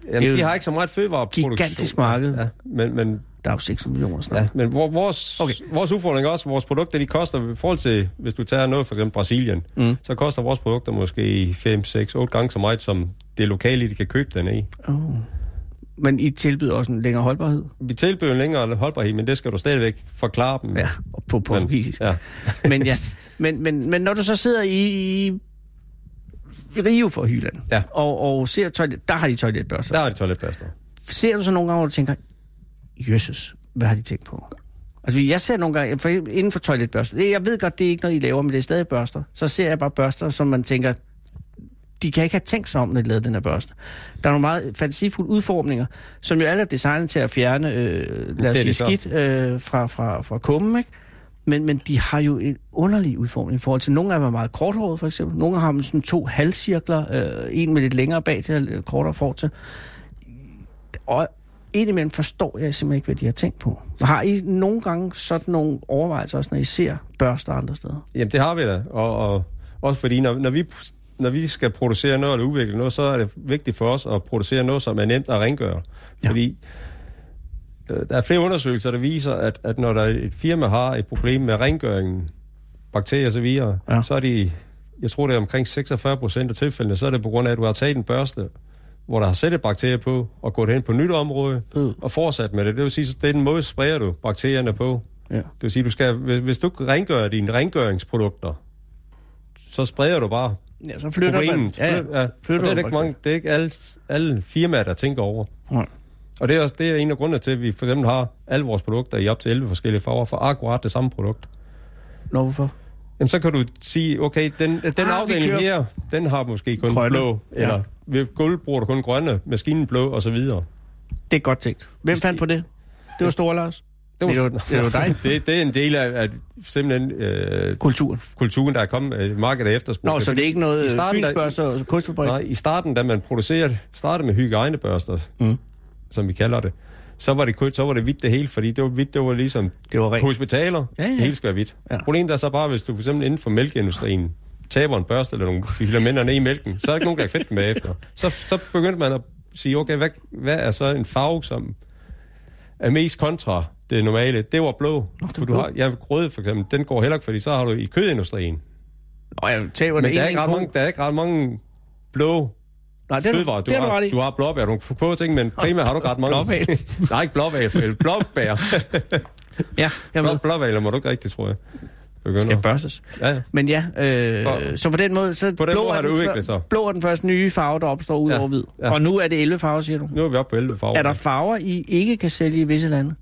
C: Det er jo
D: jamen, de har ikke så meget fødevareproduktion.
C: Gigantisk marked.
D: Ja, men, men,
C: Der er jo 600 millioner snart.
D: ja, men vor- vores,
C: Okay.
D: okay. vores udfordring er også, vores produkter, de koster, i forhold til, hvis du tager noget, for eksempel Brasilien,
C: Mm.
D: mm. så koster vores produkter måske 5, 6, 8 gange så meget, som det lokale, de kan købe den i.
C: Oh. Men I tilbyder også en længere holdbarhed
D: Vi tilbyder en længere holdbarhed, men det skal du stadigvæk forklare dem.
C: ja, og på portugisisk.
D: Men, ja.
C: Men, ja. men, men, men når du så sidder i, i, i Rio for Hyland,
D: Ja.
C: og, og ser toilet, der har de toiletbørster.
D: Der er de toiletbørster.
C: ser du så nogle gange, hvor du tænker, jøsses, hvad har de tænkt på? Altså, fordi jeg ser nogle gange, for inden for toiletbørster, det- jeg ved godt, det er ikke noget, I laver, men det er stadig børster. Så ser jeg bare børster, som man tænker, de kan ikke have tænkt sig om, når de lavede den her børste. Der er nogle meget fantasifulde udformninger, som jo alle er designet til at fjerne, øh, lad os
D: det
C: sige,
D: så.
C: skidt øh, fra, fra, fra kummen, ikke? Men, men de har jo en underlig udformning i forhold til, nogle af dem er meget korthåret for eksempel, nogle har dem sådan to halvcirkler, øh, en med lidt længere bag til, og lidt kortere for til. Og indimellem forstår jeg simpelthen ikke, hvad de har tænkt på. Har I nogle gange sådan nogle overvejelser, også når I ser børster andre steder?
D: Jamen, det har vi da. Og, og også fordi, når, når, vi, når vi skal producere noget eller udvikle noget, så er det vigtigt for os at producere noget, som er nemt at rengøre.
C: Ja.
D: Ja. Fordi øh, der er flere undersøgelser, der viser, at, at når der et firma har et problem med rengøringen, bakterier og så videre,
C: Ja.
D: ja. så er de, jeg tror det er omkring 46 procent af tilfældene, så er det på grund af, at du har taget en børste, hvor der har sættet bakterier på, og gået hen på nyt område,
C: Øh.
D: og fortsat med det. Det vil sige, at det er den måde, spreder du bakterierne på.
C: Ja.
D: Det vil sige, du skal, hvis, hvis du ikke rengør dine rengøringsprodukter, så spreder du bare
C: Ja, så flytter man.
D: problemet.
C: Ja, ja.
D: Flyt- ja.
C: flytter
D: Og
C: man
D: det er det ikke,
C: for
D: mange, det er ikke alle, alle firmaer, der tænker over.
C: Nej.
D: Og det er, også, det er en af grundene til, at vi for eksempel har alle vores produkter i op til 11 forskellige farver for akkurat det samme produkt.
C: Nå, hvorfor?
D: Jamen, så kan du sige, okay, den, den
C: Ah,
D: ah,
C: vi
D: afdeling
C: kører-
D: her, den har måske kun
C: Grønne.
D: grønne. blå,
C: Ja.
D: eller ved gulv bruger du kun grønne, maskinen blå, og så videre.
C: Det er godt tænkt. Hvem fandt på det? Det var Store Lars. Det er jo- det er jo dig.
D: [laughs] det, det er en del af, af simpelthen øh,
C: Kulturen.
D: kulturen, der er kommet, øh, markedet er efterspurgt.
C: Nå, så det er ikke noget øh,
D: I starten, der-
C: fynsbørster og kunstfabrik?
D: Nej, i starten, da man producerede, startede med hygiejnebørster,
C: Mm.
D: mm. som vi kalder det, så var det, kun- så var det hvidt det hele, fordi det var hvidt, det var ligesom
C: Det var
D: på
C: rent.
D: hospitaler,
C: Ja, ja.
D: ja, ja. det hele skal være hvidt.
C: Ja.
D: Ja. Problemet er så bare, hvis du for eksempel inden for mælkeindustrien taber en børste eller nogle filamenter ned i mælken, så er der ikke nogen, der kan finde dem bagefter. Så, så begyndte man at sige, okay, hvad, hvad er så en farve, som er mest kontra det normale? Det var blå. Nå,
C: det
D: det
C: var
D: var du
C: blå.
D: har, ja, rød for eksempel, den går heller ikke, fordi så har du i kødindustrien.
C: Nå, jeg taber det
D: Men der er,
C: en
D: ikke ret
C: ko.
D: mange, der er ikke ret mange blå
C: Nej, det er
D: fødevarer.
C: du,
D: Du,
C: det er du
D: har,
C: ret i.
D: du har blåbær, du kan få ting, men primært har du ikke ret mange.
C: Blåbær.
D: [laughs] Nej, ikke blåbær, for helvede.
C: [laughs]
D: blåbær.
C: Ja, jeg
D: Blå,
C: ved.
D: blåbær må du ikke rigtigt, tror jeg.
C: Skal
D: Begynder.
C: børstes.
D: Ja, ja.
C: Men ja, øh,
D: For-
C: så på den måde, så
D: På den
C: blå,
D: måde
C: er
D: har
C: den
D: det udviklet
C: før-
D: sig.
C: blå er den første nye farve, der opstår ud
D: Ja,
C: over hvid.
D: ja.
C: Og nu er det 11 farver, siger du.
D: Nu er vi oppe på 11 farver.
C: Er der farver, I ikke kan sælge i visse lande?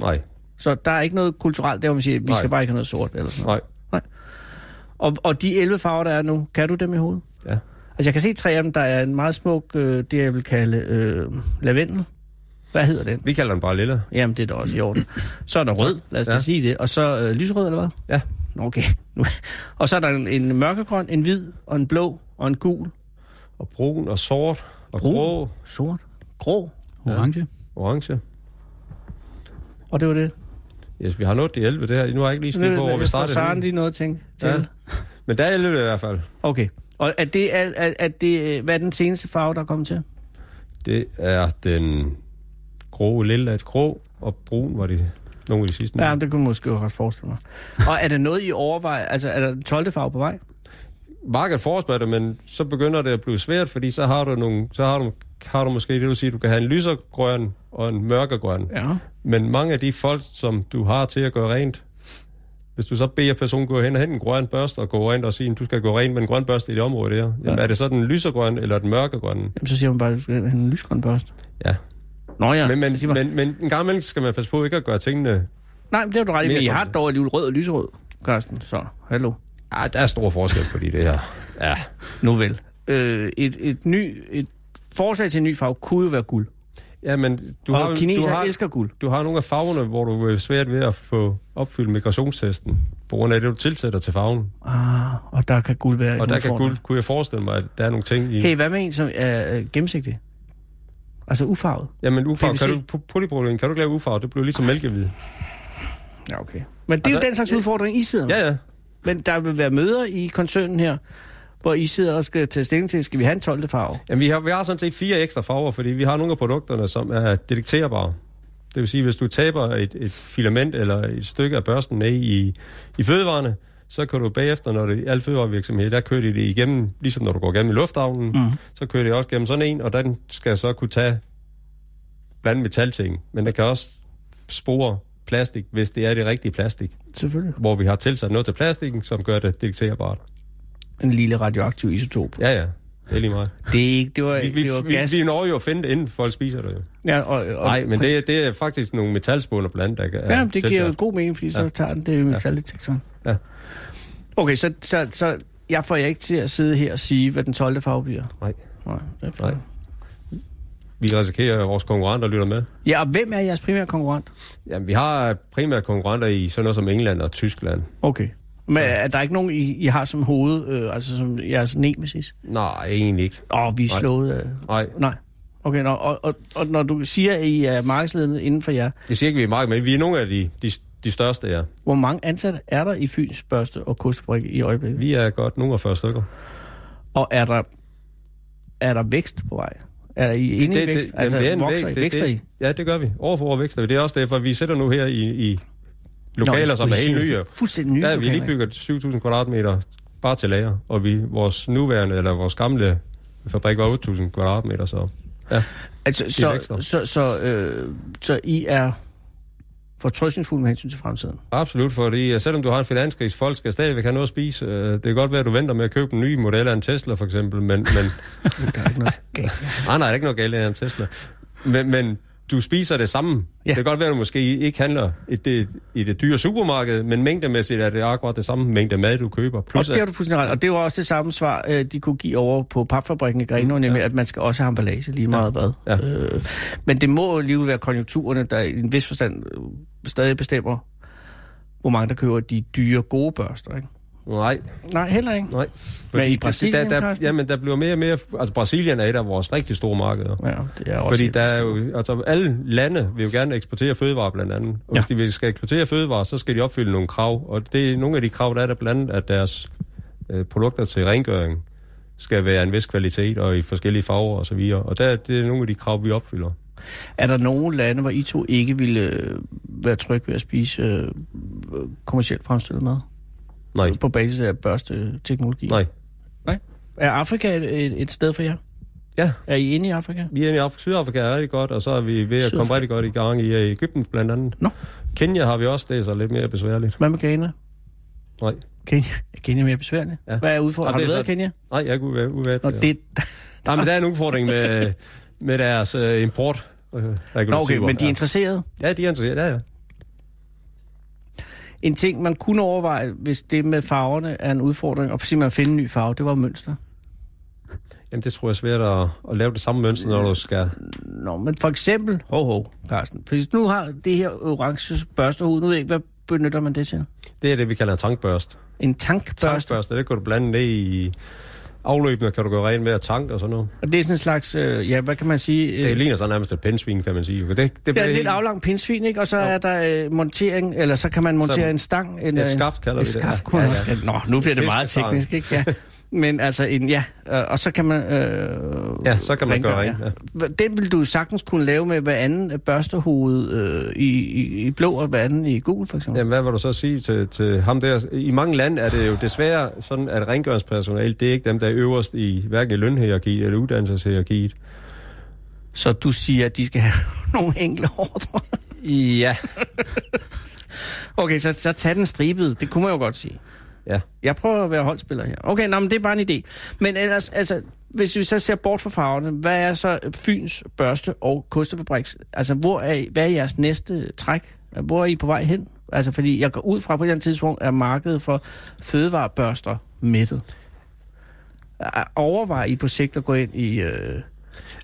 D: Nej,
C: Så der er ikke noget kulturelt, der hvor man siger, vi
D: Nej.
C: skal bare ikke have noget sort eller sådan noget.
D: nej.
C: Og, og de 11 farver, der er nu, kan du dem i hovedet?
D: Ja.
C: Altså, jeg kan se tre af dem. Der er en meget smuk, øh, det jeg vil kalde øh, lavendel. Hvad hedder den?
D: Vi kalder den bare lilla.
C: Jamen, det er da også i orden. Så er der rød, lad os ja. da
D: Ja.
C: sige det. Og så øh, lyserød, eller hvad?
D: Ja.
C: Nå, Okay. Nu- og så er der en, en mørkegrøn, en hvid, og en blå, og en gul,
D: Og brun og sort og
C: Brun?
D: brun. grå,
C: sort, grå.
E: Orange.
D: orange.
C: Og det var det.
D: Yes, vi har nået de 11 det her. Nu har jeg ikke lige styr på, hvor vi startede.
C: Saren
D: henne.
C: lige noget at tænke til.
D: Ja. Men der er 11 i hvert fald.
C: Okay. Og er det, er, er, er det, øh, hvad er den seneste farve, der er kommet til?
D: Det er den grå lille et grå, og brun var det nogle af de sidste.
C: Ja, det kunne man måske godt forestille mig. Og er der noget, I overvejer? Altså, er der en 12. farve på vej?
D: Markedet forespørger det, men så begynder det at blive svært, fordi så har du, nogle, så har du, har du måske det, du siger, du kan have en lysergrøn og en mørkergrøn.
C: Ja.
D: Men mange af de folk, som du har til at gøre rent, hvis du så beder personen gå hen og hente en grøn børste og gå rent og sige, du skal gå rent med en grøn børste i det område der, jamen
C: Ja.
D: er det så den lysergrøn eller den mørkergrønne?
C: Jamen, så siger man bare, at du skal have en lysgrøn børst.
D: Ja.
C: Nå ja.
D: Men, men,
C: Sig mig.
D: men, men en gang imellem skal man passe på ikke at gøre tingene...
C: Nej, men det har du ret i,
D: Mere
C: men jeg har
D: konstigt.
C: dog alligevel rød og lyserød, Carsten, så hallo.
D: Ah, der er stor forskel på de det her. Ja.
C: Nu vel. Øh, et, et, ny, et forslag til en ny farve kunne jo være guld.
D: Ja, men
C: Du
D: du
C: og
D: har,
C: kineser
D: du, har,
C: elsker guld.
D: du har nogle af farverne, hvor du er svært ved at få opfyldt migrationstesten, på grund af det, du tilsætter til farven.
C: Ah, og der kan guld være
D: Og
C: en
D: der kan,
C: udfordring.
D: guld, kunne jeg forestille mig, at der er nogle ting i...
C: Hey, hvad med en, som er øh, gennemsigtig? Altså ufarvet?
D: Jamen, ufarve,
C: PVC.
D: kan du, på polyprolen, kan du ikke lave ufarve? Det bliver ligesom mælkehvid.
C: Ja, okay. Men det er jo
D: Altså,
C: den slags udfordring, I sidder med.
D: Ja, ja.
C: Men der vil være møder i koncernen her, hvor I sidder og skal tage stilling til, skal vi have en 12. farve?
D: Jamen, vi har, vi har sådan set fire ekstra farver, fordi vi har nogle af produkterne, som er detekterbare. Det vil sige, hvis du taber et, et filament eller et stykke af børsten ned i, i fødevarene, så kan du bagefter, når det er alle fødevarevirksomheder, der kører de det igennem, ligesom når du går igennem i lufthavnen, mm. så kører de også gennem sådan en, og den skal så kunne tage blandt metalting, men den kan også spore plastik, hvis det er det rigtige plastik,
C: Selvfølgelig.
D: hvor vi har tilsat noget til plastikken, som gør det detekterbart.
C: En lille radioaktiv isotop.
D: Ja, ja, det er lige meget.
C: Det, er ikke, det var,
D: Vi, vi,
C: det var
D: vi,
C: gas.
D: vi når jo at finde det, inden folk spiser det jo.
C: ja, og, og,
D: Nej, men det, er- det er faktisk nogle metalspåner blandt andet, der er
C: Ja, men det giver jo
D: tilsat.
C: god mening, fordi så
D: Ja.
C: tager den det med metaldetektoren.
D: Ja.
C: Okay, så, så, så jeg får jer ikke til at sidde her og sige, hvad den 12. farve bliver.
D: Nej.
C: Nej, det er
D: Nej.
C: fint.
D: Vi risikerer, at vores konkurrenter lytter med.
C: Ja, og hvem er jeres primære konkurrent?
D: Jamen, vi har primært konkurrenter i sådan noget som England og Tyskland.
C: Okay. Men er der ikke nogen, I, I har som hoved, øh, altså som jeres nemesis?
D: Nej, egentlig ikke.
C: Åh, oh, vi er
D: Nej.
C: slået af...
D: Nej,
C: Nej. Okay, nå, og, og, og når du siger, at I er markedsledende inden for jer,
D: det siger ikke, vi er meget, men vi er nogle af de, de, de største her.
C: hvor mange ansatte er der i Fyns Børste og Kostfabrik i øjeblikket?
D: Vi er godt nogle af 40 stykker.
C: Og er der, er der vækst på vej? Er I inde i vækst? altså,
D: jamen, det er en
C: vokser
D: væk-
C: I? Vækster I?
D: det, Ja, det gør vi. År for år vækster vi. Det er også derfor, vi sætter nu her i, i lokaler,
C: Nå,
D: som er helt
C: I
D: nye.
C: sidder Fuldstændig nye
D: Ja, vi har lige
C: lokaler,
D: bygget 7.000 kvadratmeter bare til lager, og vi, vores nuværende, eller vores gamle fabrik var 8.000 kvadratmeter, så
C: ikke? Altså,
D: er
C: så,
D: vækster.
C: så, så, øh, så I er fortrøstningsfulde med hensyn til fremtiden.
D: Absolut, fordi øh, selvom du har en finanskris, folk skal stadigvæk have noget at spise. Øh, Det kan godt være, at du venter med at købe en ny model af en Tesla, for eksempel, men... men
C: [laughs] Der er ikke noget galt.
D: ah, nej, der er ikke noget galt af en Tesla. Men, men du spiser det samme.
C: Ja.
D: Ja. Det kan godt være, at du måske ikke handler i det, i det dyre supermarked, men mængdemæssigt er det akkurat det samme mængde mad, du køber.
C: Og
D: Plus,
C: det har
D: at,
C: du fuldstændig ret. Og det var også det samme svar, øh, de kunne give over på papfabrikken i Grenaa, nemlig at man skal også have emballage lige meget hvad.
D: Mm, Ja.
C: Øh, men det må jo alligevel være konjunkturerne, der i en vis forstand øh, stadig bestemmer, hvor mange der køber de dyre, gode børster. Ikke?
D: nej,
C: Nej, heller ikke.
D: nej.
C: Men i
D: det- det-
C: Brasilien,
D: der, der,
C: Carsten?
D: jamen, der bliver mere og mere... Altså, Brasilien er et af vores rigtig store markeder.
C: Ja, det er også
D: Fordi
C: helt
D: der er jo, altså alle lande vil jo gerne eksportere fødevarer blandt andet. Og
C: Ja.
D: ja. hvis de skal eksportere fødevarer, så skal de opfylde nogle krav. Og det er nogle af de krav, der er der blandt andet, at deres øh, produkter til rengøring skal være af en vis kvalitet og i forskellige farver og så videre. Og der, det er nogle af de krav, vi opfylder.
C: Er der nogle lande, hvor I to ikke ville øh, være trygge ved at spise øh, øh, kommercielt fremstillet mad?
D: Nej,
C: På basis af børsteteknologi?
D: nej.
C: Er Afrika et- et, et sted for jer?
D: Ja.
C: Er I inde i Afrika?
D: Vi er i Afrika. Sydafrika er rigtig godt, og så er vi ved at komme
C: Sydafrika.
D: rigtig godt i gang i øh, Ægypten blandt andet.
C: Nå.
D: Kenya har vi også, det er så lidt mere besværligt.
C: Hvad med Ghana?
D: Nej,
C: Kenya. Er Kenya mere besværende? Ja.
D: Ja.
C: Hvad er udfordringen?
D: Og
C: Har
D: det
C: du
D: er
C: været i
D: så-
C: Kenya?
D: nej, jeg kunne være uvært.
C: Nå, det,
D: Nej, men der er en udfordring
C: [laughs]
D: med, med deres øh, import. Øh,
C: Nå, okay, men de er
D: ja.
C: interesserede.
D: Ja, de er interesserede, ja, ja.
C: En ting, man kunne overveje, hvis det med farverne er en udfordring, og for eksempel at finde en ny farve, det var mønster.
D: Jamen, det tror jeg er svært at, at lave det samme mønster, når du skal...
C: Nå, men for eksempel, hov, hov, Carsten, hvis nu har det her orange børstehud, nu ved jeg ikke, hvad benytter man det til?
D: Det er det, vi kalder en tankbørst.
C: En tankbørste,
D: Tankbørste, det kan du blande ned i afløbene, kan du gå ren med at tanke og sådan noget.
C: og det er sådan en slags, øh, ja, hvad kan man sige?
D: Det ligner sådan nærmest et pindsvin, kan man sige. Det, det, det
C: det er lidt aflang pindsvin, ikke? Og så er der øh, montering, eller så kan man montere
D: Så-
C: en stang. En,
D: Ja,
C: øh,
D: et skaft kalder
C: et
D: vi det.
C: skaft,
D: Ja,
C: kunne man
D: ja,
C: også kalde det. Nå, nu bliver det meget
D: Fiskestang.
C: teknisk, ikke?
D: [laughs]
C: Ja. Men altså, en, ja, øh, og så kan man... Øh,
D: Ja, så kan man
C: rengøre,
D: gøre rent, ja.
C: Hva- Den vil du sagtens kunne lave med hver anden børstehoved øh, i, i, i blå og hver anden i gul, for eksempel.
D: Jamen, hvad vil du så sige til, til ham der? I mange lande er det jo desværre sådan, at rengøringspersonale, det er ikke dem, der er øverst i hverken i lønhierarkiet eller uddannelseshierarkiet.
C: Så du siger, at de skal have [laughs] nogle enkle ordre.
D: Ja.
C: [laughs] Okay, så, så tag den stribede. Det kunne man jo godt sige.
D: Ja.
C: Jeg prøver at være holdspiller her. Okay, nå, men det er bare en idé. Men ellers, altså, hvis vi så ser bort fra farverne, hvad er så Fyns Børste og Kostefabriks? Altså, hvor er, I- hvad er jeres næste træk? Hvor er I på vej hen? Altså, fordi jeg går ud fra, på et eller andet tidspunkt er markedet for fødevarebørster mættet. Er- Overvejer I på sigt at gå ind i, øh,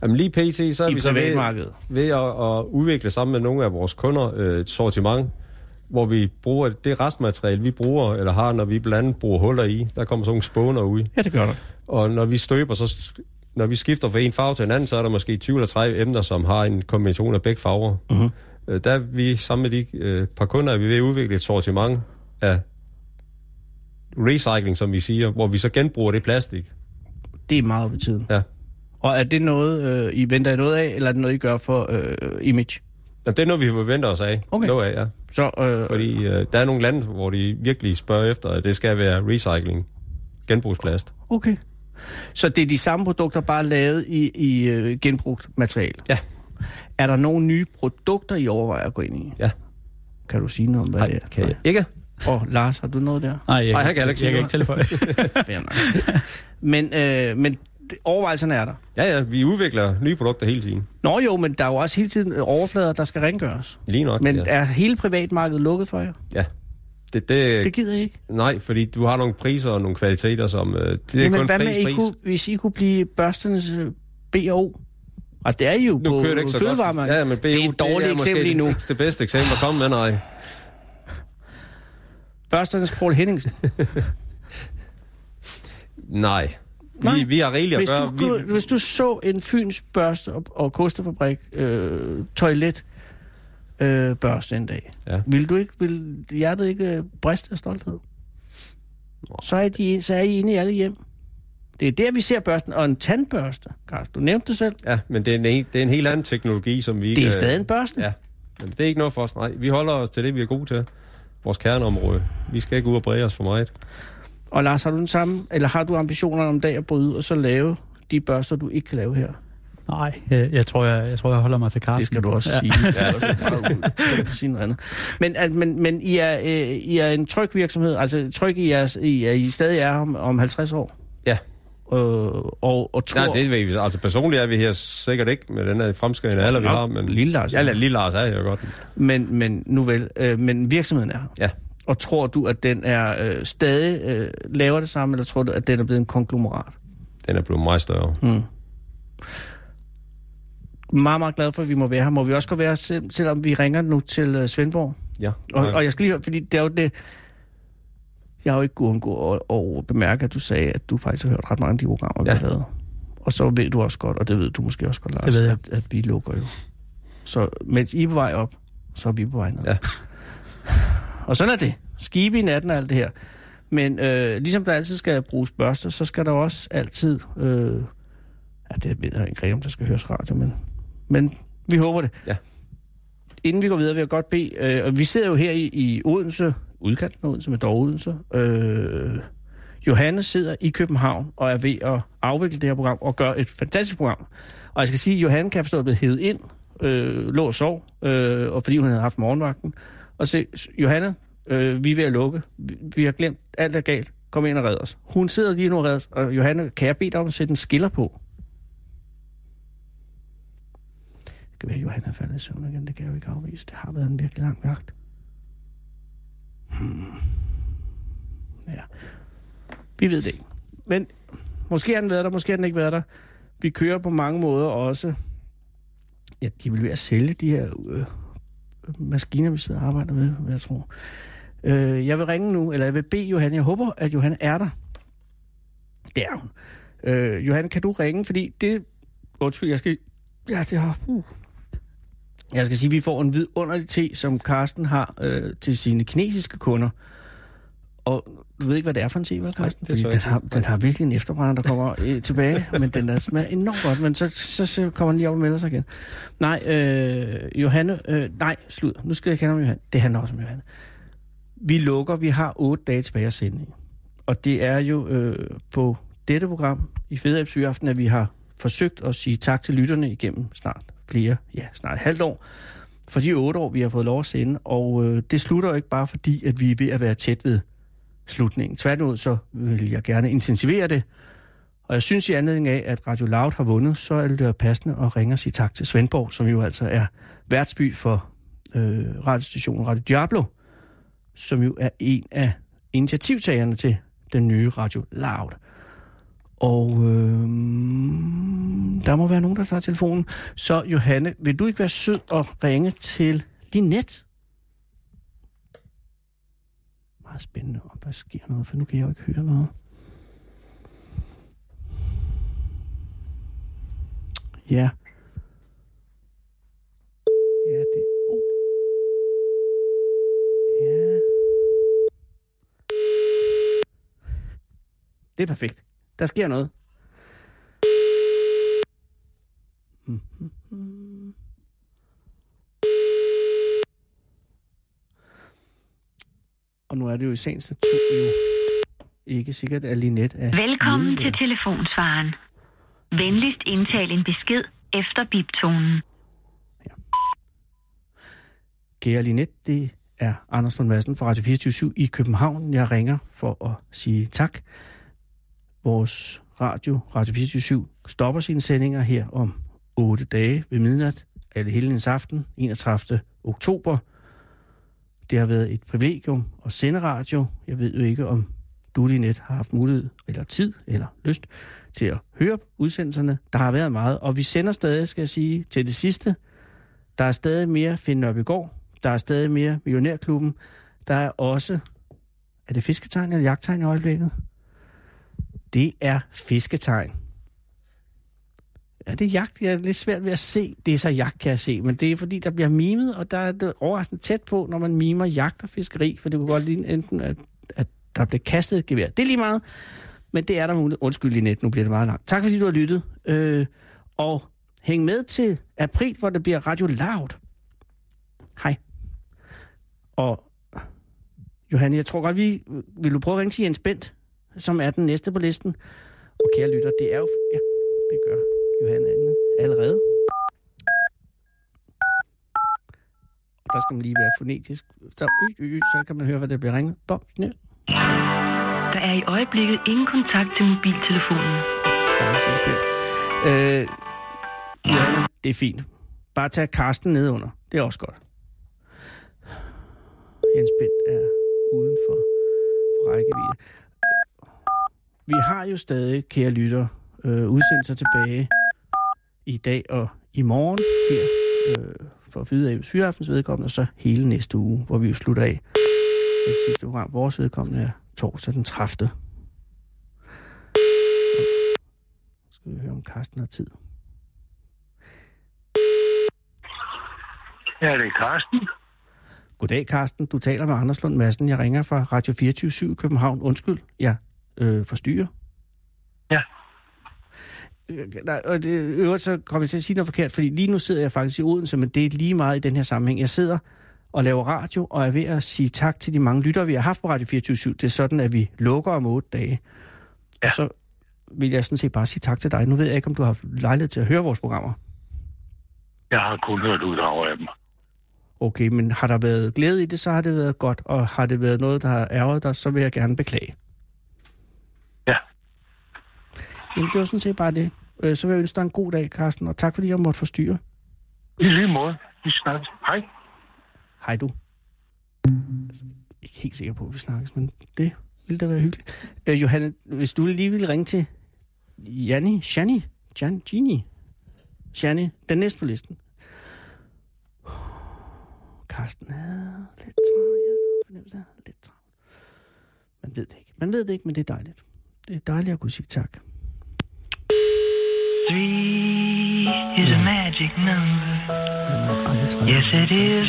D: Jamen, lige pt, så er
C: i
D: vi så ved,
C: privatmarkedet?
D: ved at, at udvikle sammen med nogle af vores kunder øh, et sortiment, hvor vi bruger det restmateriale, vi bruger, eller har, når vi blandt andet bruger huller i. Der kommer sådan nogle spåner ud.
C: Ja, det gør der.
D: Og når vi støber, så når vi skifter fra en farve til en anden, så er der måske 20 eller 30 emner, som har en kombination af begge farver.
C: Mhm.
D: Uh-huh. Der er vi sammen med de øh, par kunder, er vi ved at udvikle et sortiment af recycling, som vi siger, hvor vi så genbruger det plastik.
C: Det er meget på tiden.
D: Ja.
C: Og er det noget, øh, I venter I noget af, eller er det noget, I gør for øh, image?
D: Jamen, det er noget, vi forventer os af.
C: Okay.
D: Noget af ja.
C: Så, øh,
D: Fordi øh, der er nogle lande, hvor de virkelig spørger efter, at det skal være recycling. Genbrugsplast.
C: Okay. Så det er de samme produkter, bare lavet i, i øh, genbrugt materiale?
D: Ja.
C: Er der nogle nye produkter, I overvejer at gå ind i?
D: Ja.
C: Kan du sige noget om, hvad det er?
D: Kan jeg ikke?
C: Og Lars, har du noget
D: [laughs]
C: der?
E: Nej, jeg,
D: Ej, han kan heller
E: jeg,
D: ikke
E: jeg
D: sige
E: kan ikke tilføje.
C: Fair nok. men, øh, men det- overvejelserne er der.
D: Ja, ja, vi udvikler nye produkter hele tiden.
C: Nå jo, men der er jo også hele tiden overflader, der skal rengøres.
D: Lige nok.
C: Men
D: ja.
C: er hele privatmarkedet lukket for jer?
D: det, det,
C: Det gider I ikke.
D: Nej, fordi du har nogle priser og nogle kvaliteter, som... Øh, det er
C: men
D: kun
C: hvad med, E
D: pris,
C: I
D: pris.
C: kunne, hvis I kunne blive børsternes øh, B&O? Altså, det er I jo
D: Nu
C: på
D: kører det ikke så godt.
C: fødevaremarkedet.
D: Ja, men BU,
C: Det er et dårligt
D: det er
C: eksempel
D: måske
C: lige nu.
D: Det, det bedste eksempel at komme med, nej.
C: Børsternes Paul Henningsen.
D: Nej.
C: Nej.
D: Vi, vi har rigeligt at
C: Hvis
D: gøre.
C: du, kunne,
D: Vi,
C: hvis du så en Fyns børste og, og kostefabrik, øh, toilet, øh, børste en dag,
D: Ja.
C: vil du ikke, vil hjertet ikke øh, briste af stolthed? Så er, de, så er I inde i alle hjem. Det er der, vi ser børsten. Og en tandbørste, Carsten, du nævnte det selv.
D: ja, men det er, en, en- det er en helt anden teknologi, som vi...
C: Det er
D: øh,
C: stadig en børste.
D: Ja, men det er ikke noget for os, nej. Vi holder os til det, vi er gode til. Vores kerneområde. Vi skal ikke ud og brede os for meget.
C: Og Lars, har du den samme, eller har du ambitioner om en dag at bryde ud og så lave de børster, du ikke kan lave her?
E: [laughs] Nej, jeg, jeg, tror, jeg, jeg tror, jeg holder mig til Carsten.
C: Det skal du også [laughs] ja. sige. Det er også meget ud- du kan sige noget andet. Men, at, men, men I, er, øh, I er en tryg virksomhed, altså tryg i jeres, I, er, I stadig er om, om 50 år.
D: Ja.
C: Øh, og, og tror...
D: Nej, det ved vi. Altså personligt er vi her sikkert ikke med den her fremskridende alder, vi
C: Nå,
D: har. Men
C: lille Lars.
D: Ja, lille Lars er jeg godt.
C: Men, men nu vel, øh, men virksomheden er her.
D: Ja.
C: Og tror du, at den er øh, stadig øh, laver det samme, eller tror du, at den er blevet en konglomerat?
D: Den er blevet meget større.
C: Mm. Meget, meget glad for, at vi må være her. Må vi også godt være, her, selv- selvom vi ringer nu til øh, Svendborg?
D: Ja.
C: Og, og jeg skal lige høre, fordi det er jo det... Jeg har jo ikke kunnet undgå at, at bemærke, at du sagde, at du faktisk har hørt ret mange af de programmer, ja.
D: Ja.
C: vi har lavet. Og så ved du også godt, og det ved du måske også godt, Lars,
E: ved jeg.
C: At, at vi lukker jo. Så mens I er på vej op, så er vi på vej ned.
D: Ja.
C: [laughs] og sådan er det. Skibe i natten og alt det her. Men øh, ligesom der altid skal bruges børster, så skal der også altid... Øh, ja, det ved jeg ikke rigtig, om der skal høres radio, men, men vi håber det inden vi går videre, vil jeg godt bede... Øh, og vi sidder jo her i, i Odense, udkanten af Odense, men dog Odense. Øh, Johannes sidder i København og er ved at afvikle det her program og gøre et fantastisk program. Og jeg skal sige, at Johanne kan jeg forstå er blevet hævet ind, øh, lå og sov, øh, og fordi hun havde haft morgenvagten. Og se, Johanne, øh, vi er ved at lukke. Vi, vi har glemt, alt er galt. Kom ind og red os. Hun sidder lige nu og redder os, og Johanne, kan jeg bede dig om at sætte en skiller på? Det kan være, at Johanna er faldet i søvn igen. Det kan jeg jo ikke afvise. Det har været en virkelig lang vagt. Hmm. Ja. Vi ved det ikke. Men Måske har den været der, måske har den ikke været der. Vi kører på mange måder også. Ja, de vil ved at sælge de her øh, maskiner, vi sidder og arbejder med, hvad jeg tror. Øh, jeg vil ringe nu, eller jeg vil bede Johan. Jeg håber, at Johan er der. Det er hun. Øh, Johan, kan du ringe? Fordi det... Undskyld, jeg skal... Ja, det har... Uh. Jeg skal sige, at vi får en vidunderlig te, som Karsten har øh, til sine kinesiske kunder. Og du ved ikke, hvad det er for en te, vel, Karsten?
D: det tror
C: Fordi
D: jeg
C: den
D: ikke.
C: har, den har virkelig en efterbrænder, der kommer øh,
D: [laughs]
C: tilbage, men den der smager enormt godt. Men så, så, så kommer den lige op og melder sig igen. Nej, øh, Johanne... Øh, nej, slud. Nu skal jeg kende om Johan. Det handler også om Johanne. Vi lukker. Vi har otte dage tilbage at sende i. Og det er jo øh, på dette program i Fede Aften, at vi har forsøgt at sige tak til lytterne igennem snart flere, ja, snart et halvt år, for de otte år, vi har fået lov at sende. Og øh, det slutter jo ikke bare fordi, at vi er ved at være tæt ved slutningen. Tværtimod, så vil jeg gerne intensivere det. Og jeg synes i anledning af, at Radio Loud har vundet, så er det da passende at ringe og sige tak til Svendborg, som jo altså er værtsby for øh, radiostationen Radio Diablo, som jo er en af initiativtagerne til den nye Radio Loud. Og øh, der må være nogen, der tager telefonen. Så Johanne, vil du ikke være sød og ringe til Linette? Meget spændende, om der sker noget, for nu kan jeg jo ikke høre noget. Ja. Ja, det... Oh. Ja. Det er perfekt. Der sker noget. Og nu er det jo i sagens natur jo ikke sikkert, at Linette er...
F: Velkommen
C: ledig.
F: til telefonsvaren. Venligst indtal en besked efter biptonen.
C: Kære Linette, det er Anders Lund Madsen fra Radio 24 i København. Jeg ringer for at sige tak. Vores radio, Radio 24 stopper sine sendinger her om 8 dage ved midnat, alle helgens aften, 31. oktober. Det har været et privilegium at sende radio. Jeg ved jo ikke, om du, Linette, har haft mulighed eller tid eller lyst til at høre udsendelserne. Der har været meget, og vi sender stadig, skal jeg sige, til det sidste. Der er stadig mere Finn Nørbygård. Der er stadig mere Millionærklubben. Der er også... Er det fisketegn eller jagttegn i øjeblikket? Det er fisketegn. Er det jagt? Jeg er lidt svært ved at se. Det er så jagt, kan jeg se. Men det er fordi, der bliver mimet, og der er det overraskende tæt på, når man mimer jagt og fiskeri. For det kunne godt ligne enten, at, at der bliver kastet et gevær. Det er lige meget. Men det er der muligt. Undskyld, Linette, nu bliver det meget langt. Tak fordi du har lyttet. Øh, og hæng med til april, hvor det bliver Radio Loud. Hej. Og Johanne, jeg tror godt, vi... Vil du prøve at ringe til Jens Bent, som er den næste på listen? Og kære lytter, det er jo... Ja, det gør Johanne Anne allerede. Og Der skal man lige være fonetisk. Så, øh, øh, øh, så kan man høre, hvad der bliver ringet. Bom, snø,
F: Der er i øjeblikket ingen kontakt til mobiltelefonen.
C: Stakkels Jens Bent. Øh, Johanna, det er fint. Bare tag Karsten ned under. Det er også godt. Jens Bent er uden for, for rækkevidde. Vi har jo stadig, kære lytter, øh, udsendelser tilbage i dag og i morgen her øh, for Fyde af Syreaftens vedkommende, og så hele næste uge, hvor vi jo slutter af. Det sidste program, vores vedkommende er torsdag den 30. Skal vi høre, om Karsten har tid.
G: Ja, det er Karsten.
C: Goddag, Karsten. Du taler med Anders Lund Madsen. Jeg ringer fra Radio 24 i København. Undskyld, jeg øh, forstyrrer.
G: Ja.
C: Øh, Nej, og det, i øvrigt så kommer jeg til at sige noget forkert, fordi lige nu sidder jeg faktisk i Odense, men det er lige meget i den her sammenhæng. Jeg sidder og laver radio, og er ved at sige tak til de mange lyttere, vi har haft på Radio 24 Det er sådan, at vi lukker om otte dage. Ja. Og så vil jeg sådan set bare sige tak til dig. Nu ved jeg ikke, om du har haft lejlighed til at høre vores programmer.
G: Jeg har kun hørt uddrag af dem.
C: Okay, men har der været glæde i det, så har det været godt, og har det været noget, der har ærget dig, så vil jeg gerne beklage.
G: Ja.
C: Jamen, det var sådan set bare det. Øh, Så vil jeg ønske dig en god dag, Carsten, og tak fordi jeg måtte forstyrre.
G: I lige måde. Vi snakkes. Hej.
C: Hej du. Altså, Ikke helt sikker på, at vi snakkes, men det ville da være hyggeligt. Øh, Johanne, hvis du lige ville ringe til Janni, Shani, Jan, Gini, Shani, den næste på listen. Karsten havde lidt travlt. Jeg havde fornemmelse af, han havde lidt travlt. Man ved det ikke. Man ved det ikke, men det er dejligt. Det er dejligt at kunne sige tak.
F: Three is a magic number.
C: Han er aldrig træt.
F: Yes, it is.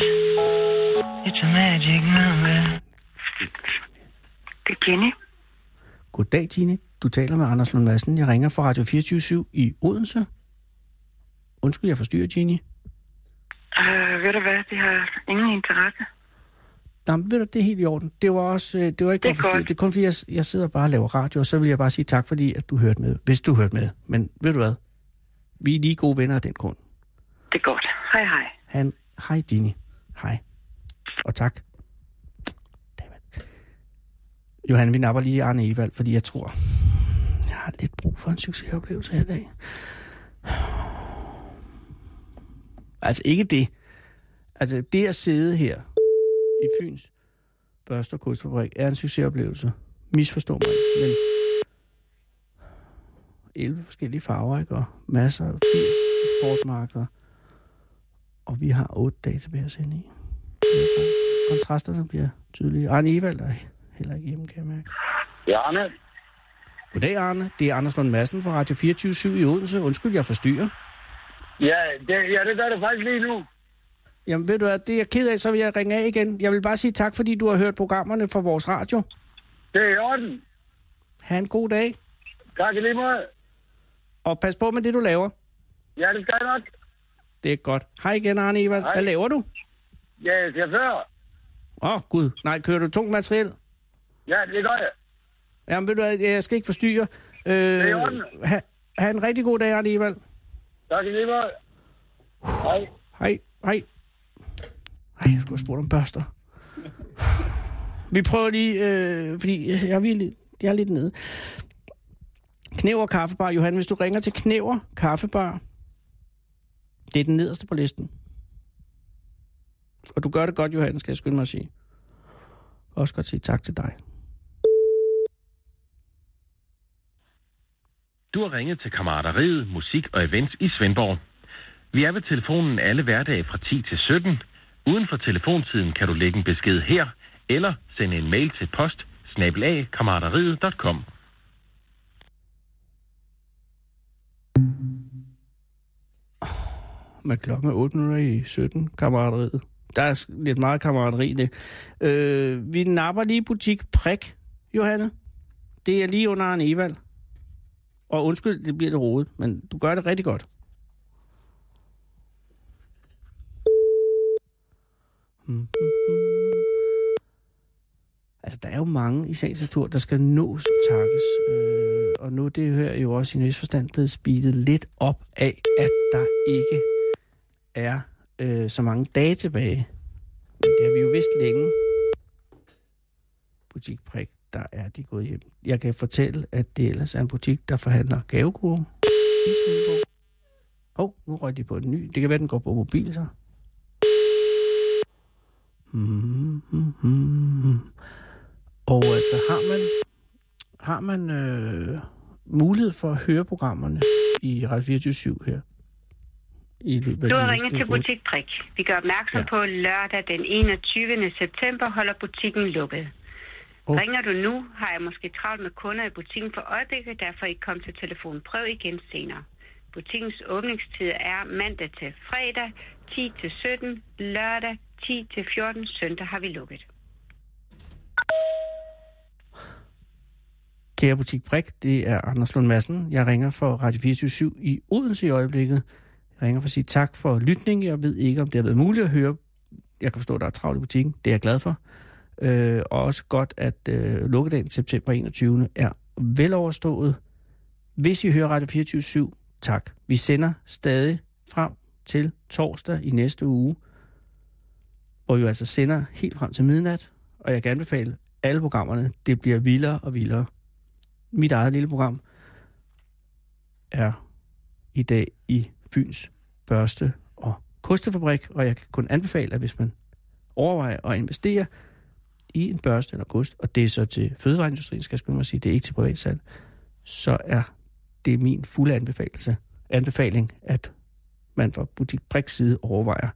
F: It's a magic number. Det er Jenny.
C: Goddag, Tine. Du taler med Anders Lund Madsen. Jeg ringer fra Radio 24 i Odense. Undskyld, jeg forstyrrer, Tine.
F: Uh, ved du hvad, det har ingen interesse.
C: Nå, men ved du, det er helt i orden. Det var også, øh, det var ikke for
F: Det er
C: at forstyrre.
F: godt.
C: Det er kun fordi, jeg, jeg sidder bare og laver radio, og så vil jeg bare sige tak, fordi at du hørte med. Hvis du hørte med. Men ved du hvad? Vi er lige gode venner af den grund.
F: Det er godt. Hej, hej.
C: Han, hej Dini. Hej. Og tak. Dammit. Johan, vi napper lige Arne Evald, fordi jeg tror, jeg har lidt brug for en succesoplevelse her i dag. Altså ikke det. Altså det at sidde her i Fyns Børst- og Kostfabrik er en succesoplevelse. Misforstå mig, ikke, men 11 forskellige farver, ikke? Og masser af 80 sportmarkeder. Og vi har otte dage tilbage at sende i. Det er godt. Kontrasterne bliver tydelige. Arne Evald er heller ikke hjemme, kan jeg mærke.
G: Ja, Arne.
C: Goddag, Arne. Det er Anders Lund Madsen fra Radio 24 i Odense. Undskyld, jeg forstyrrer.
G: Ja, det, ja, det gør det faktisk lige nu.
C: Jamen, ved du hvad, det er jeg ked af, så vil jeg ringe af igen. Jeg vil bare sige tak, fordi du har hørt programmerne fra vores radio.
G: Det er i orden.
C: Ha' en god dag,
G: Tak i lige måde.
C: og pas på med det, du laver.
G: Ja, det skal jeg nok.
C: Det er godt. Hej igen, Arne Evald.
G: Hej.
C: Hvad laver du?
G: Ja, jeg skal før.
C: Åh, oh, gud. Nej, kører du tungt materiel?
G: Ja, det gør jeg.
C: Jamen, ved du hvad, jeg skal ikke forstyrre. Øh,
G: i orden.
C: ha, ha' en rigtig god dag, Arne Evald.
G: Tak i lige måde. Hej.
C: Hej, hej. Hej, jeg skulle have spurgt om børster. Vi prøver lige, øh, fordi jeg er, virkelig, jeg er lidt nede. Knæver Kaffebar. Johan, hvis du ringer til Knæver Kaffebar, det er den nederste på listen. Og du gør det godt, Johan, skal jeg skynde mig at sige. Også godt sige tak til dig.
H: Du har ringet til Kammerateriet, Musik og Events i Svendborg. Vi er ved telefonen alle hverdage fra 10 til 17. Uden for telefontiden kan du lægge en besked her, eller sende en mail til post snabelagkammerateriet.com.
C: med klokken er 8 minutter i 17, kammerateriet. Der er sk- lidt meget kammerateri i det. Øh, vi napper lige butik Prik, Johanne. Det er lige under en evald. Og undskyld, det bliver det rodet, men du gør det rigtig godt. Mhm. Altså, der er jo mange i sagens natur, der skal nås og takkes. Øh, og nu er det her jo også i en vis forstand blevet speedet lidt op af, at der ikke er øh, så mange dage tilbage. Men det har vi jo vidst længe. Butik Prik, der er de gået hjem. Jeg kan fortælle, at det ellers er en butik, der forhandler gavekurve i Svendborg. Hov, oh, nu røg de på den nye. Det kan være, den går på mobil, så. Mm, mm, mm. Og altså, har man, har man øh, mulighed for at høre programmerne i Radio 24 her? I løbet af
I: Du
C: de
I: har
C: næste
I: ringet til
C: otte-
I: Butik Prik. Vi gør opmærksom
C: Ja.
I: ja. på, at lørdag den 21. september holder butikken lukket.
C: Oh.
I: Oh. Ringer du nu, har jeg måske travlt med kunder i butikken for øjeblikket, derfor ikke kom til telefonen. Prøv igen senere. Butikkens åbningstid er mandag til fredag 10 til 17, lørdag 10 til 14, søndag har vi lukket.
C: Kære Butik Brik, det er Anders Lund Madsen. Jeg ringer for Radio 24 i Odense i øjeblikket. Jeg ringer for at sige tak for lytning. Jeg ved ikke, om det har været muligt at høre. Jeg kan forstå, at der er travlt i butikken. Det er jeg glad for. Øh, og også godt, at øh, lukkedagen september 21. er veloverstået. Hvis I hører Radio 24 tak. Vi sender stadig frem til torsdag i næste uge, hvor vi jo altså sender helt frem til midnat. Og jeg kan anbefale alle programmerne. Det bliver vildere og vildere mit eget lille program er i dag i Fyns børste- og kostefabrik, og jeg kan kun anbefale, at hvis man overvejer at investere i en børste eller kost, og det er så til fødevareindustrien, skal jeg skulle mig sige, det er ikke til privatsalg, så er det er min fulde anbefaling, anbefaling at man fra Butik Brix side overvejer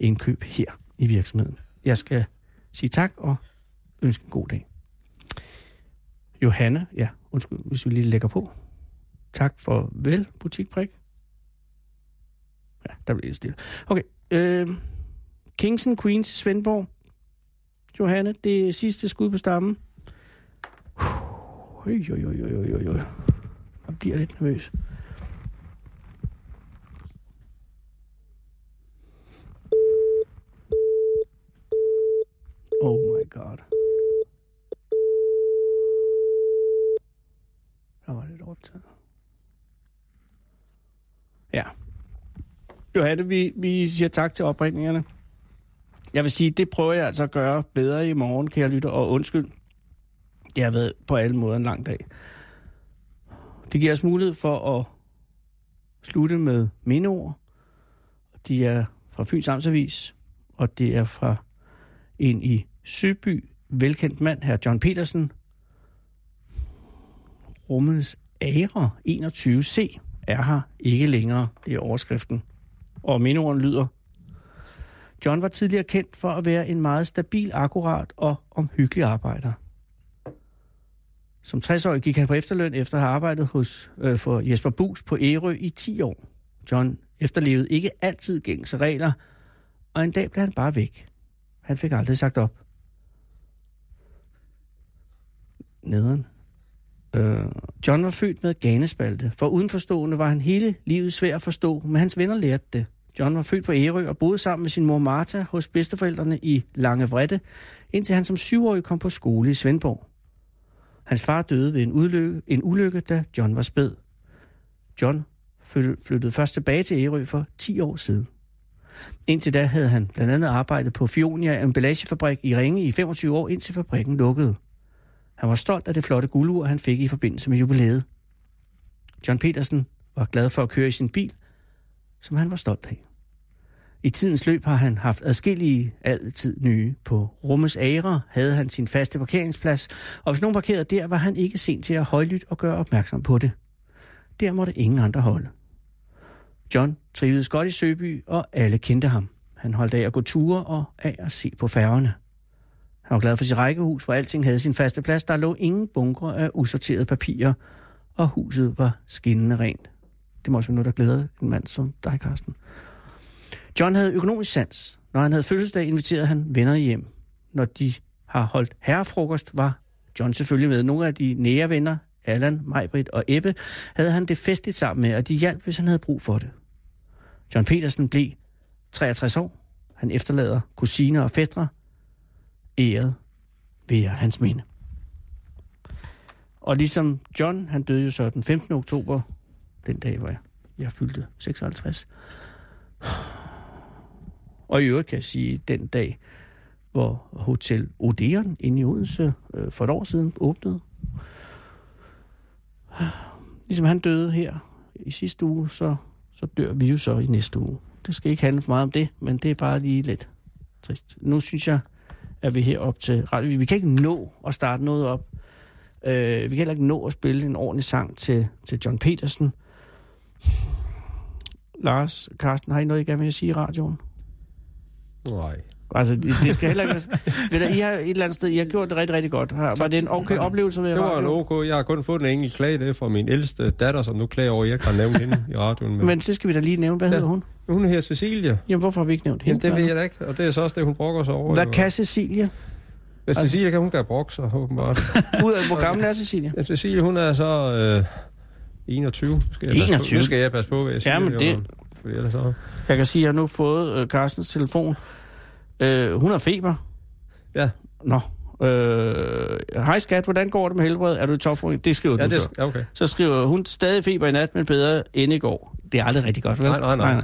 C: indkøb her i virksomheden. Jeg skal sige tak og ønske en god dag. Johanne, ja, undskyld, hvis vi lige lægger på. Tak for vel, Butik Brix. Ja, der blev det stille. Okay, øh, Kings and Queens i Svendborg. Johanne, det er sidste skud på stammen. Øj, øj, øj, øj, øj, øj. Jeg bliver lidt nervøs. Oh my god. Der var lidt optaget. Ja. Johanne, vi, vi siger tak til opringningerne. Jeg vil sige, det prøver jeg altså at gøre bedre i morgen, kære lytter, og undskyld. Det har været på alle måder en lang dag. Det giver os mulighed for at slutte med mindeord. De er fra Fyns Amtsavis, og det er fra en i Søby velkendt mand, her John Petersen. Rummens ære 21c er her ikke længere, det er overskriften. Og mindeorden lyder, John var tidligere kendt for at være en meget stabil, akkurat og omhyggelig arbejder. Som 60-årig gik han på efterløn efter at have arbejdet hos, øh, for Jesper Bus på Ærø i 10 år. John efterlevede ikke altid gængse regler, og en dag blev han bare væk. Han fik aldrig sagt op. Nederen. Øh, John var født med ganespalte. For udenforstående var han hele livet svær at forstå, men hans venner lærte det. John var født på Ærø og boede sammen med sin mor Martha hos bedsteforældrene i Langevrette, indtil han som syvårig kom på skole i Svendborg. Hans far døde ved en ulykke, en ulykke da John var spæd. John flyttede først tilbage til Ærø for 10 år siden. Indtil da havde han blandt andet arbejdet på Fionia emballagefabrik i Ringe i 25 år, indtil fabrikken lukkede. Han var stolt af det flotte guldur, han fik i forbindelse med jubilæet. John Petersen var glad for at køre i sin bil, som han var stolt af. I tidens løb har han haft adskillige altid nye. På rummets ære havde han sin faste parkeringsplads, og hvis nogen parkerede der, var han ikke sent til at højlytte og gøre opmærksom på det. Der måtte ingen andre holde. John trivedes godt i Søby, og alle kendte ham. Han holdt af at gå ture og af at se på færgerne. Han var glad for sit rækkehus, hvor alting havde sin faste plads. Der lå ingen bunker af usorterede papirer, og huset var skinnende rent. Det må også være noget, der glæder en mand som dig, Karsten. John havde økonomisk sans. Når han havde fødselsdag, inviterede han venner hjem. Når de har holdt herrefrokost, var John selvfølgelig med. Nogle af de nære venner, Allan, Majbrit og Ebbe, havde han det festligt sammen med, og de hjalp, hvis han havde brug for det. John Petersen blev 63 år. Han efterlader kusiner og fædre. Æret ved hans minde. Og ligesom John, han døde jo så den 15. oktober, den dag, hvor jeg, jeg fyldte 56. Og i øvrigt kan jeg sige, den dag, hvor Hotel Odeon inde i Odense øh, for et år siden åbnede. Ligesom han døde her i sidste uge, så, så dør vi jo så i næste uge. Det skal ikke handle for meget om det, men det er bare lige lidt trist. Nu synes jeg, at vi her op til radio. Vi kan ikke nå at starte noget op. Øh, vi kan heller ikke nå at spille en ordentlig sang til, til John Petersen. Lars, Karsten, har I noget, I gerne vil sige i radioen?
D: Nej.
C: Altså, det, det skal heller ikke...
D: [laughs]
C: Ved du, I har et eller andet sted, I har gjort det rigtig, rigtig godt. Har, var det en okay oplevelse ved
D: Det var en
C: radioen?
D: ok. Jeg har kun fået en enkelt klage det er fra min ældste datter, som nu klager over, at jeg ikke har nævnt hende i radioen. Men,
C: Men det skal vi da lige nævne. Hvad
D: Ja.
C: hedder hun?
D: hun her Cecilia.
C: Jamen, hvorfor har vi ikke nævnt
D: Jamen,
C: hende?
D: det ved jeg da ikke, og det er så også det, hun brokker sig over.
C: Hvad
D: jo.
C: kan Altså- Cecilia?
D: Ja, Cecilia kan hun kan brokke sig, åbenbart.
C: Ud af,
D: [laughs]
C: hvor gammel er Cecilia?
D: Ja, Cecilia, hun er så øh, 21. Skal jeg
C: 21?
D: Passe på. Nu skal jeg passe på, hvad jeg siger.
C: Jamen, det-
D: jo, Fordi ellers så...
C: Jeg kan sige, at jeg har nu fået øh, Carstens telefon. Øh, hun har feber.
D: Ja,
C: Nå. Øh, Hej skat, hvordan går det med helbredet? Er du i topform? Det skriver
D: ja
C: du
D: det
C: så.
D: er... Ja, okay.
C: Så skriver hun stadig feber i nat, men bedre end i går. Det er aldrig rigtig godt, vel?
D: Nej, nej, nej.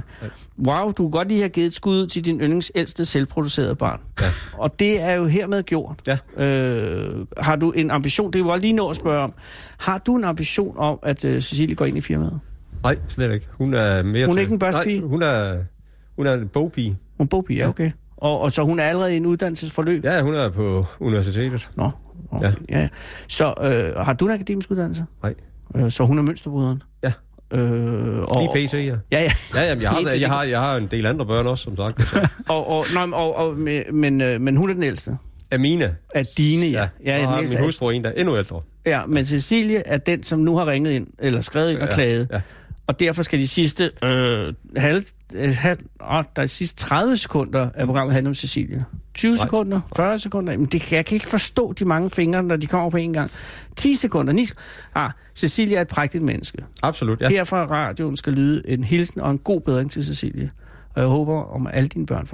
D: nej.
C: Wow, du kunne godt lige have givet et skud ud til din yndlings ældste selvproducerede barn. Ja. Og det er jo hermed gjort.
D: Ja.
C: Øh, har du en ambition, det kan vi godt lige nå at spørge om, har du en ambition om, at øh, Cecilie går ind i firmaet?
D: Nej, slet ikke. Hun er mere
C: Hun er
D: til-
C: ikke en børstepige?
D: Nej, hun er, hun er en bogpige.
C: Hun bor ja, okay. Og, og så hun er allerede i en uddannelsesforløb?
D: Ja, hun er på universitetet.
C: Nå, okay. ja. ja. Så øh, har du en akademisk uddannelse?
D: Nej.
C: Øh, så hun er mønsterbryderen?
D: Ja.
C: Øh,
D: Lige PC, ja.
C: Ja,
D: [laughs]
C: ja.
D: Ja, jamen, jeg
C: Helt
D: har,
C: til
D: jeg,
C: det-
D: har, jeg har en del andre børn også,
C: [laughs]
D: som sagt. Så.
C: Og, og, nej, og, og, men, men, øh, men hun er den ældste.
D: Amina.
C: Af dine, ja.
D: ja og
C: den
D: har
C: ældste
D: min
C: af-
D: hustru en, der er endnu ældre.
C: Ja, men Cecilie er den, som nu har ringet ind, eller skrevet ind og klaget.
D: ja.
C: Og derfor skal de sidste, øh, halv, øh, halv, åh, der er de sidste 30 sekunder af programmet handle om Cecilie. 20 Nej. sekunder, 40 sekunder. Jamen, det, jeg kan ikke forstå de mange fingre, når de kommer på en gang. 10 sekunder, 9 sekunder. Ah, Cecilie er et prægtigt menneske.
D: Absolut, ja.
C: Ja. Her fra radioen skal lyde en hilsen og en god bedring til Cecilie. Og jeg håber, om alle dine børn får